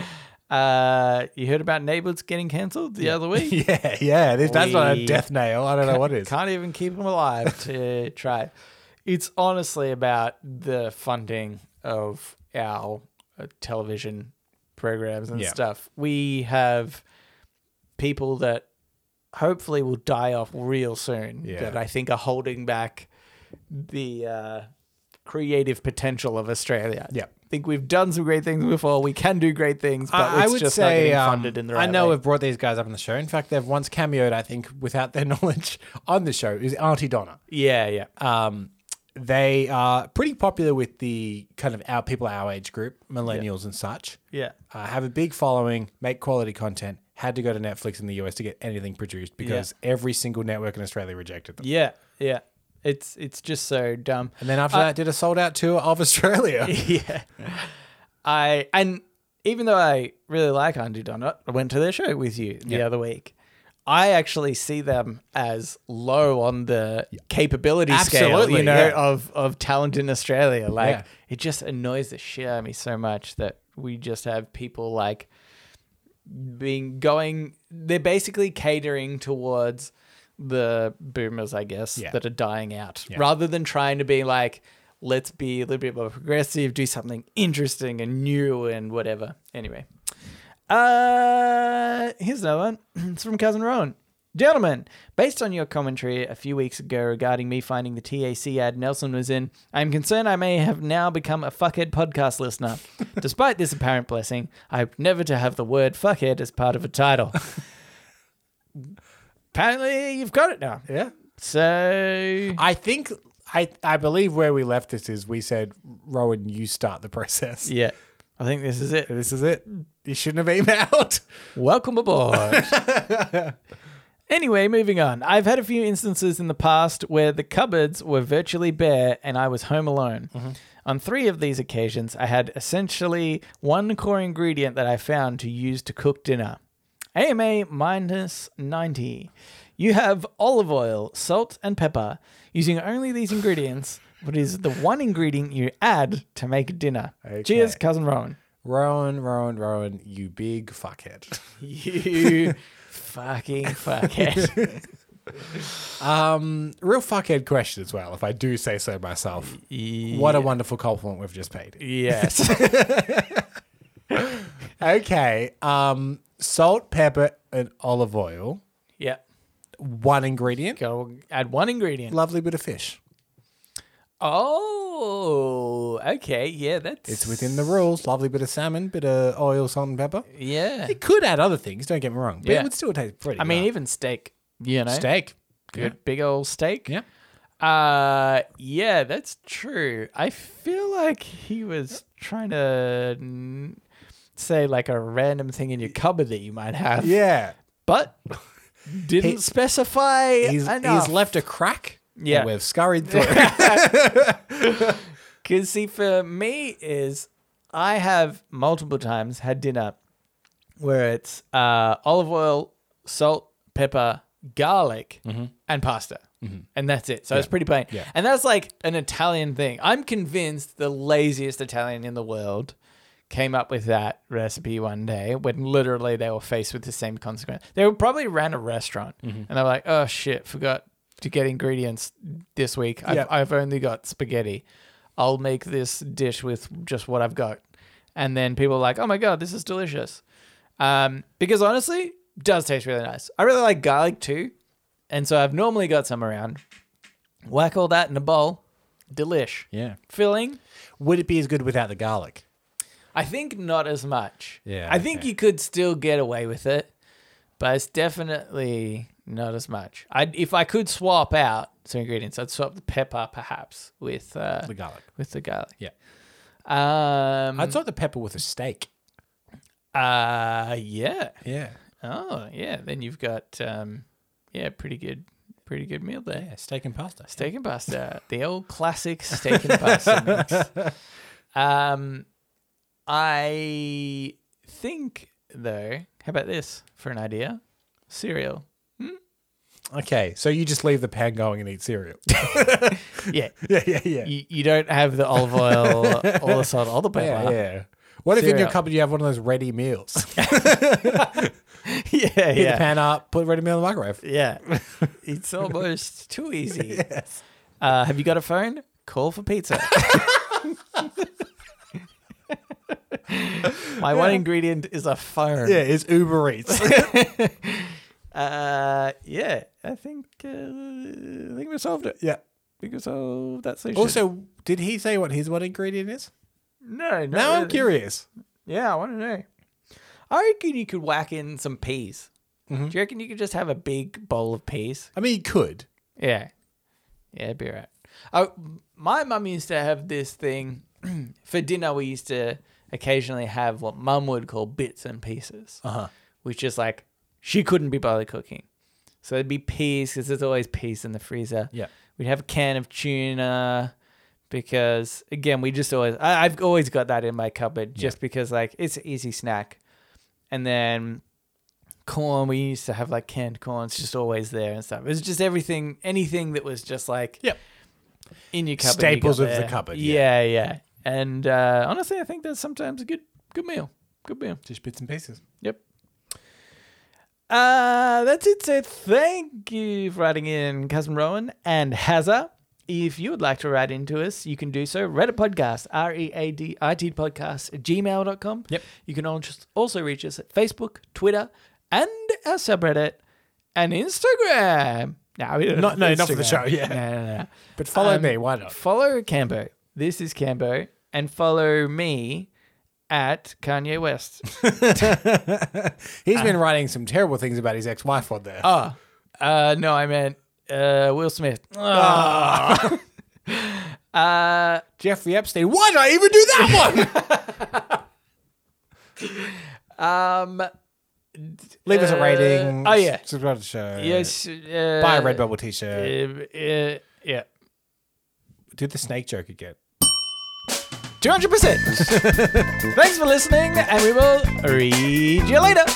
A: (laughs) uh, you heard about Neighbours getting cancelled the other week?
B: (laughs) Yeah, yeah. This, that's not a
A: We
B: death nail. I don't know what it is.
A: Can't even keep them alive
B: (laughs)
A: to try. It's honestly about the funding of our uh, television programs and
B: Yeah.
A: stuff. We have people that hopefully will die off real soon
B: Yeah.
A: that I think are holding back the uh, creative potential of Australia.
B: Yeah.
A: I think we've done some great things before. We can do great things, but
B: I, I
A: it's
B: would
A: just not
B: say
A: getting
B: um,
A: funded in the right
B: I know
A: way.
B: we've brought these guys up on the show. In fact, they've once cameoed, I think, without their (laughs) knowledge, on the show is Auntie Donna.
A: yeah, yeah.
B: Um, they are pretty popular with the kind of our people our age group, millennials and such.
A: yeah.
B: Uh, have a big following, make quality content. Had to go to Netflix in the US to get anything produced because every single network in Australia rejected them.
A: Yeah, yeah. It's it's just so dumb.
B: And then after that, did a sold out tour of (laughs) Australia.
A: yeah. I and even though I really like Undo Donut, I went to their show with you the other week. I actually see them as low on the capability scale,
B: Absolutely,
A: you know,
B: yeah.
A: of of talent in Australia. Like
B: Yeah.
A: it just annoys the shit out of me so much that we just have people like being going they're basically catering towards the boomers i guess
B: Yeah.
A: that are dying out rather than trying to be like let's be a little bit more progressive do something interesting and new and (clears throat) whatever anyway uh here's another one it's from cousin rowan Gentlemen, based on your commentary a few weeks ago regarding me finding the TAC ad Nelson was in, I am concerned I may have now become a fuckhead podcast (laughs) listener. Despite this apparent blessing, I hope never to have the word fuckhead as part of a (laughs) title. Apparently, you've got it now.
B: Yeah.
A: So,
B: I think I I believe where we left this is we said, Rowan, you start the process.
A: yeah, I think this is it.
B: This is it. You shouldn't have emailed.
A: Welcome aboard. (laughs) anyway, moving on. I've had a few instances in the past where the cupboards were virtually bare and I was home alone. On three of these occasions, I had essentially one core ingredient that I found to use to cook dinner AMA minus 90. You have olive oil, salt, and pepper. Using only these ingredients, what is the one ingredient you add to make dinner? Cheers, cousin Rowan.
B: (laughs) Rowan, Rowan, Rowan, you big fuckhead.
A: (laughs) You (laughs) fucking (laughs) fuckhead.
B: Um, (laughs) real fuckhead question as well, if I do say so myself. What a wonderful compliment we've just paid. (laughs)
A: yes.
B: Okay. Um, salt, pepper, and olive oil.
A: yeah.
B: One ingredient.
A: Go add one ingredient.
B: Lovely bit of fish.
A: Oh, okay. Yeah, that's
B: It's within the rules. Lovely bit of salmon, bit of oil, salt, and pepper.
A: Yeah.
B: It could add other things, don't get me wrong. But
A: Yeah.
B: it would still taste pretty
A: I mean,
B: well.
A: even steak. You know,
B: steak.
A: Good big old steak.
B: Yeah.
A: Uh, yeah, that's true. I feel like he was trying to mm, say like a random thing in your cupboard that you might have.
B: Yeah.
A: But
B: (laughs)
A: didn't
B: He-
A: specify
B: He's,
A: enough.
B: he's left a crack.
A: Yeah.
B: And we've (laughs) scurried through.
A: Because see, for me is I have multiple times had dinner where it's uh, olive oil, salt, pepper, garlic, and pasta, and that's it. So it's pretty plain.
B: Mm-hmm. Yeah.
A: And that's like an Italian thing. I'm convinced the laziest Italian in the world came up with that recipe one day when literally they were faced with the same consequence. They were probably ran a restaurant
B: Mm-hmm.
A: and they're like, oh shit, forgot to get ingredients this week. I've,
B: Yeah.
A: I've only got spaghetti. I'll make this dish with just what I've got. And then people are like, oh my God, this is delicious. Um, because honestly, it does taste really nice. I really like garlic too. And so I've normally got some around. Whack all that in a bowl. Delish.
B: yeah.
A: Filling,
B: Would it be as good without the garlic?
A: I think not as much.
B: Yeah,
A: I think
B: okay.
A: you could still get away with it, but it's definitely not as much. I if I could swap out some ingredients, I'd swap the pepper perhaps with uh,
B: The garlic.
A: with the garlic.
B: Yeah.
A: Um.
B: I'd sort the pepper with a steak.
A: uh. Yeah.
B: Yeah.
A: Oh. Yeah. Then you've got um. Yeah. Pretty good. Pretty good meal there.
B: Yeah, steak and pasta.
A: Steak and pasta, (laughs) the old classic steak and pasta
B: (laughs)
A: mix. Um, I think though, how about this for an idea?
B: (laughs)
A: Cereal.
B: Okay, so you just leave the pan going and eat (laughs) cereal.
A: Yeah,
B: yeah, yeah, yeah.
A: you, you don't have the olive oil or the salt or the pepper.
B: (laughs) Yeah, yeah. What if in your
A: Cereal.
B: cupboard you have one of those ready (laughs) meals?
A: (laughs) yeah, yeah.
B: Heat the pan up, put ready meal in the microwave.
A: Yeah.
B: (laughs)
A: It's almost too easy. Uh, have you got a phone? Call for
B: (laughs)
A: pizza. My one ingredient is a phone.
B: Yeah, it's Uber Eats.
A: Uh, yeah, I think uh, I think we solved it.
B: (laughs) yeah.
A: I think we solved that solution.
B: (laughs) Also, did he say what his one ingredient is?
A: no, no.
B: Now I'm curious.
A: Yeah, I want to know. I reckon you could whack in some peas.
B: Mm-hmm.
A: Do you reckon you could just have a big bowl of peas?
B: I mean, he could.
A: Yeah, yeah, it'd be right. Oh, my mum used to have this thing (clears throat) for dinner. We used to occasionally have what mum would call bits and pieces,
B: Oh.
A: uh-huh. which is like she couldn't be bothered cooking. So it'd be peas because there's always peas in the freezer.
B: Yeah.
A: We'd have a can of tuna because, again, we just always, I, I've always got that in my cupboard just because, like, it's an easy snack. And then corn, we used to have like canned corn. It's just always there and stuff. It was just everything, anything that was just like
B: Yep.
A: in your cupboard. you
B: Staples
A: got
B: of the
A: there.
B: cupboard,
A: Yeah, yeah. And uh, honestly, I think that's sometimes a good, good meal. Good meal.
B: Just bits and pieces.
A: Yep. Uh, that's it. So thank you for writing in, Cousin Rowan and Hazza. If you would like to write into us, you can do so. Reddit podcast, R E A D I T podcast, at gmail.com.
B: Yep.
A: You can al- just also reach us at Facebook, Twitter, and our subreddit an Instagram. No, we don't
B: Not-
A: have
B: no, not for the
A: Instagram.
B: show, yeah.
A: no, no, no.
B: But follow
A: Um,
B: me. Why not?
A: Follow Cambo. This is Cambo, and follow me at Kanye West.
B: He's been writing some terrible things about his ex-wife on there.
A: Ah, uh, no, I meant uh, Will Smith. Ah. uh,
B: Jeffrey Epstein. Why did I even do that one? (laughs)
A: um,
B: Leave us a rating.
A: oh, yeah.
B: subscribe to the show.
A: yes. Uh,
B: buy a Redbubble t-shirt.
A: Um, uh, yeah.
B: Do the snake joke again.
A: (laughs) 200%. Thanks for listening, and we will read you later.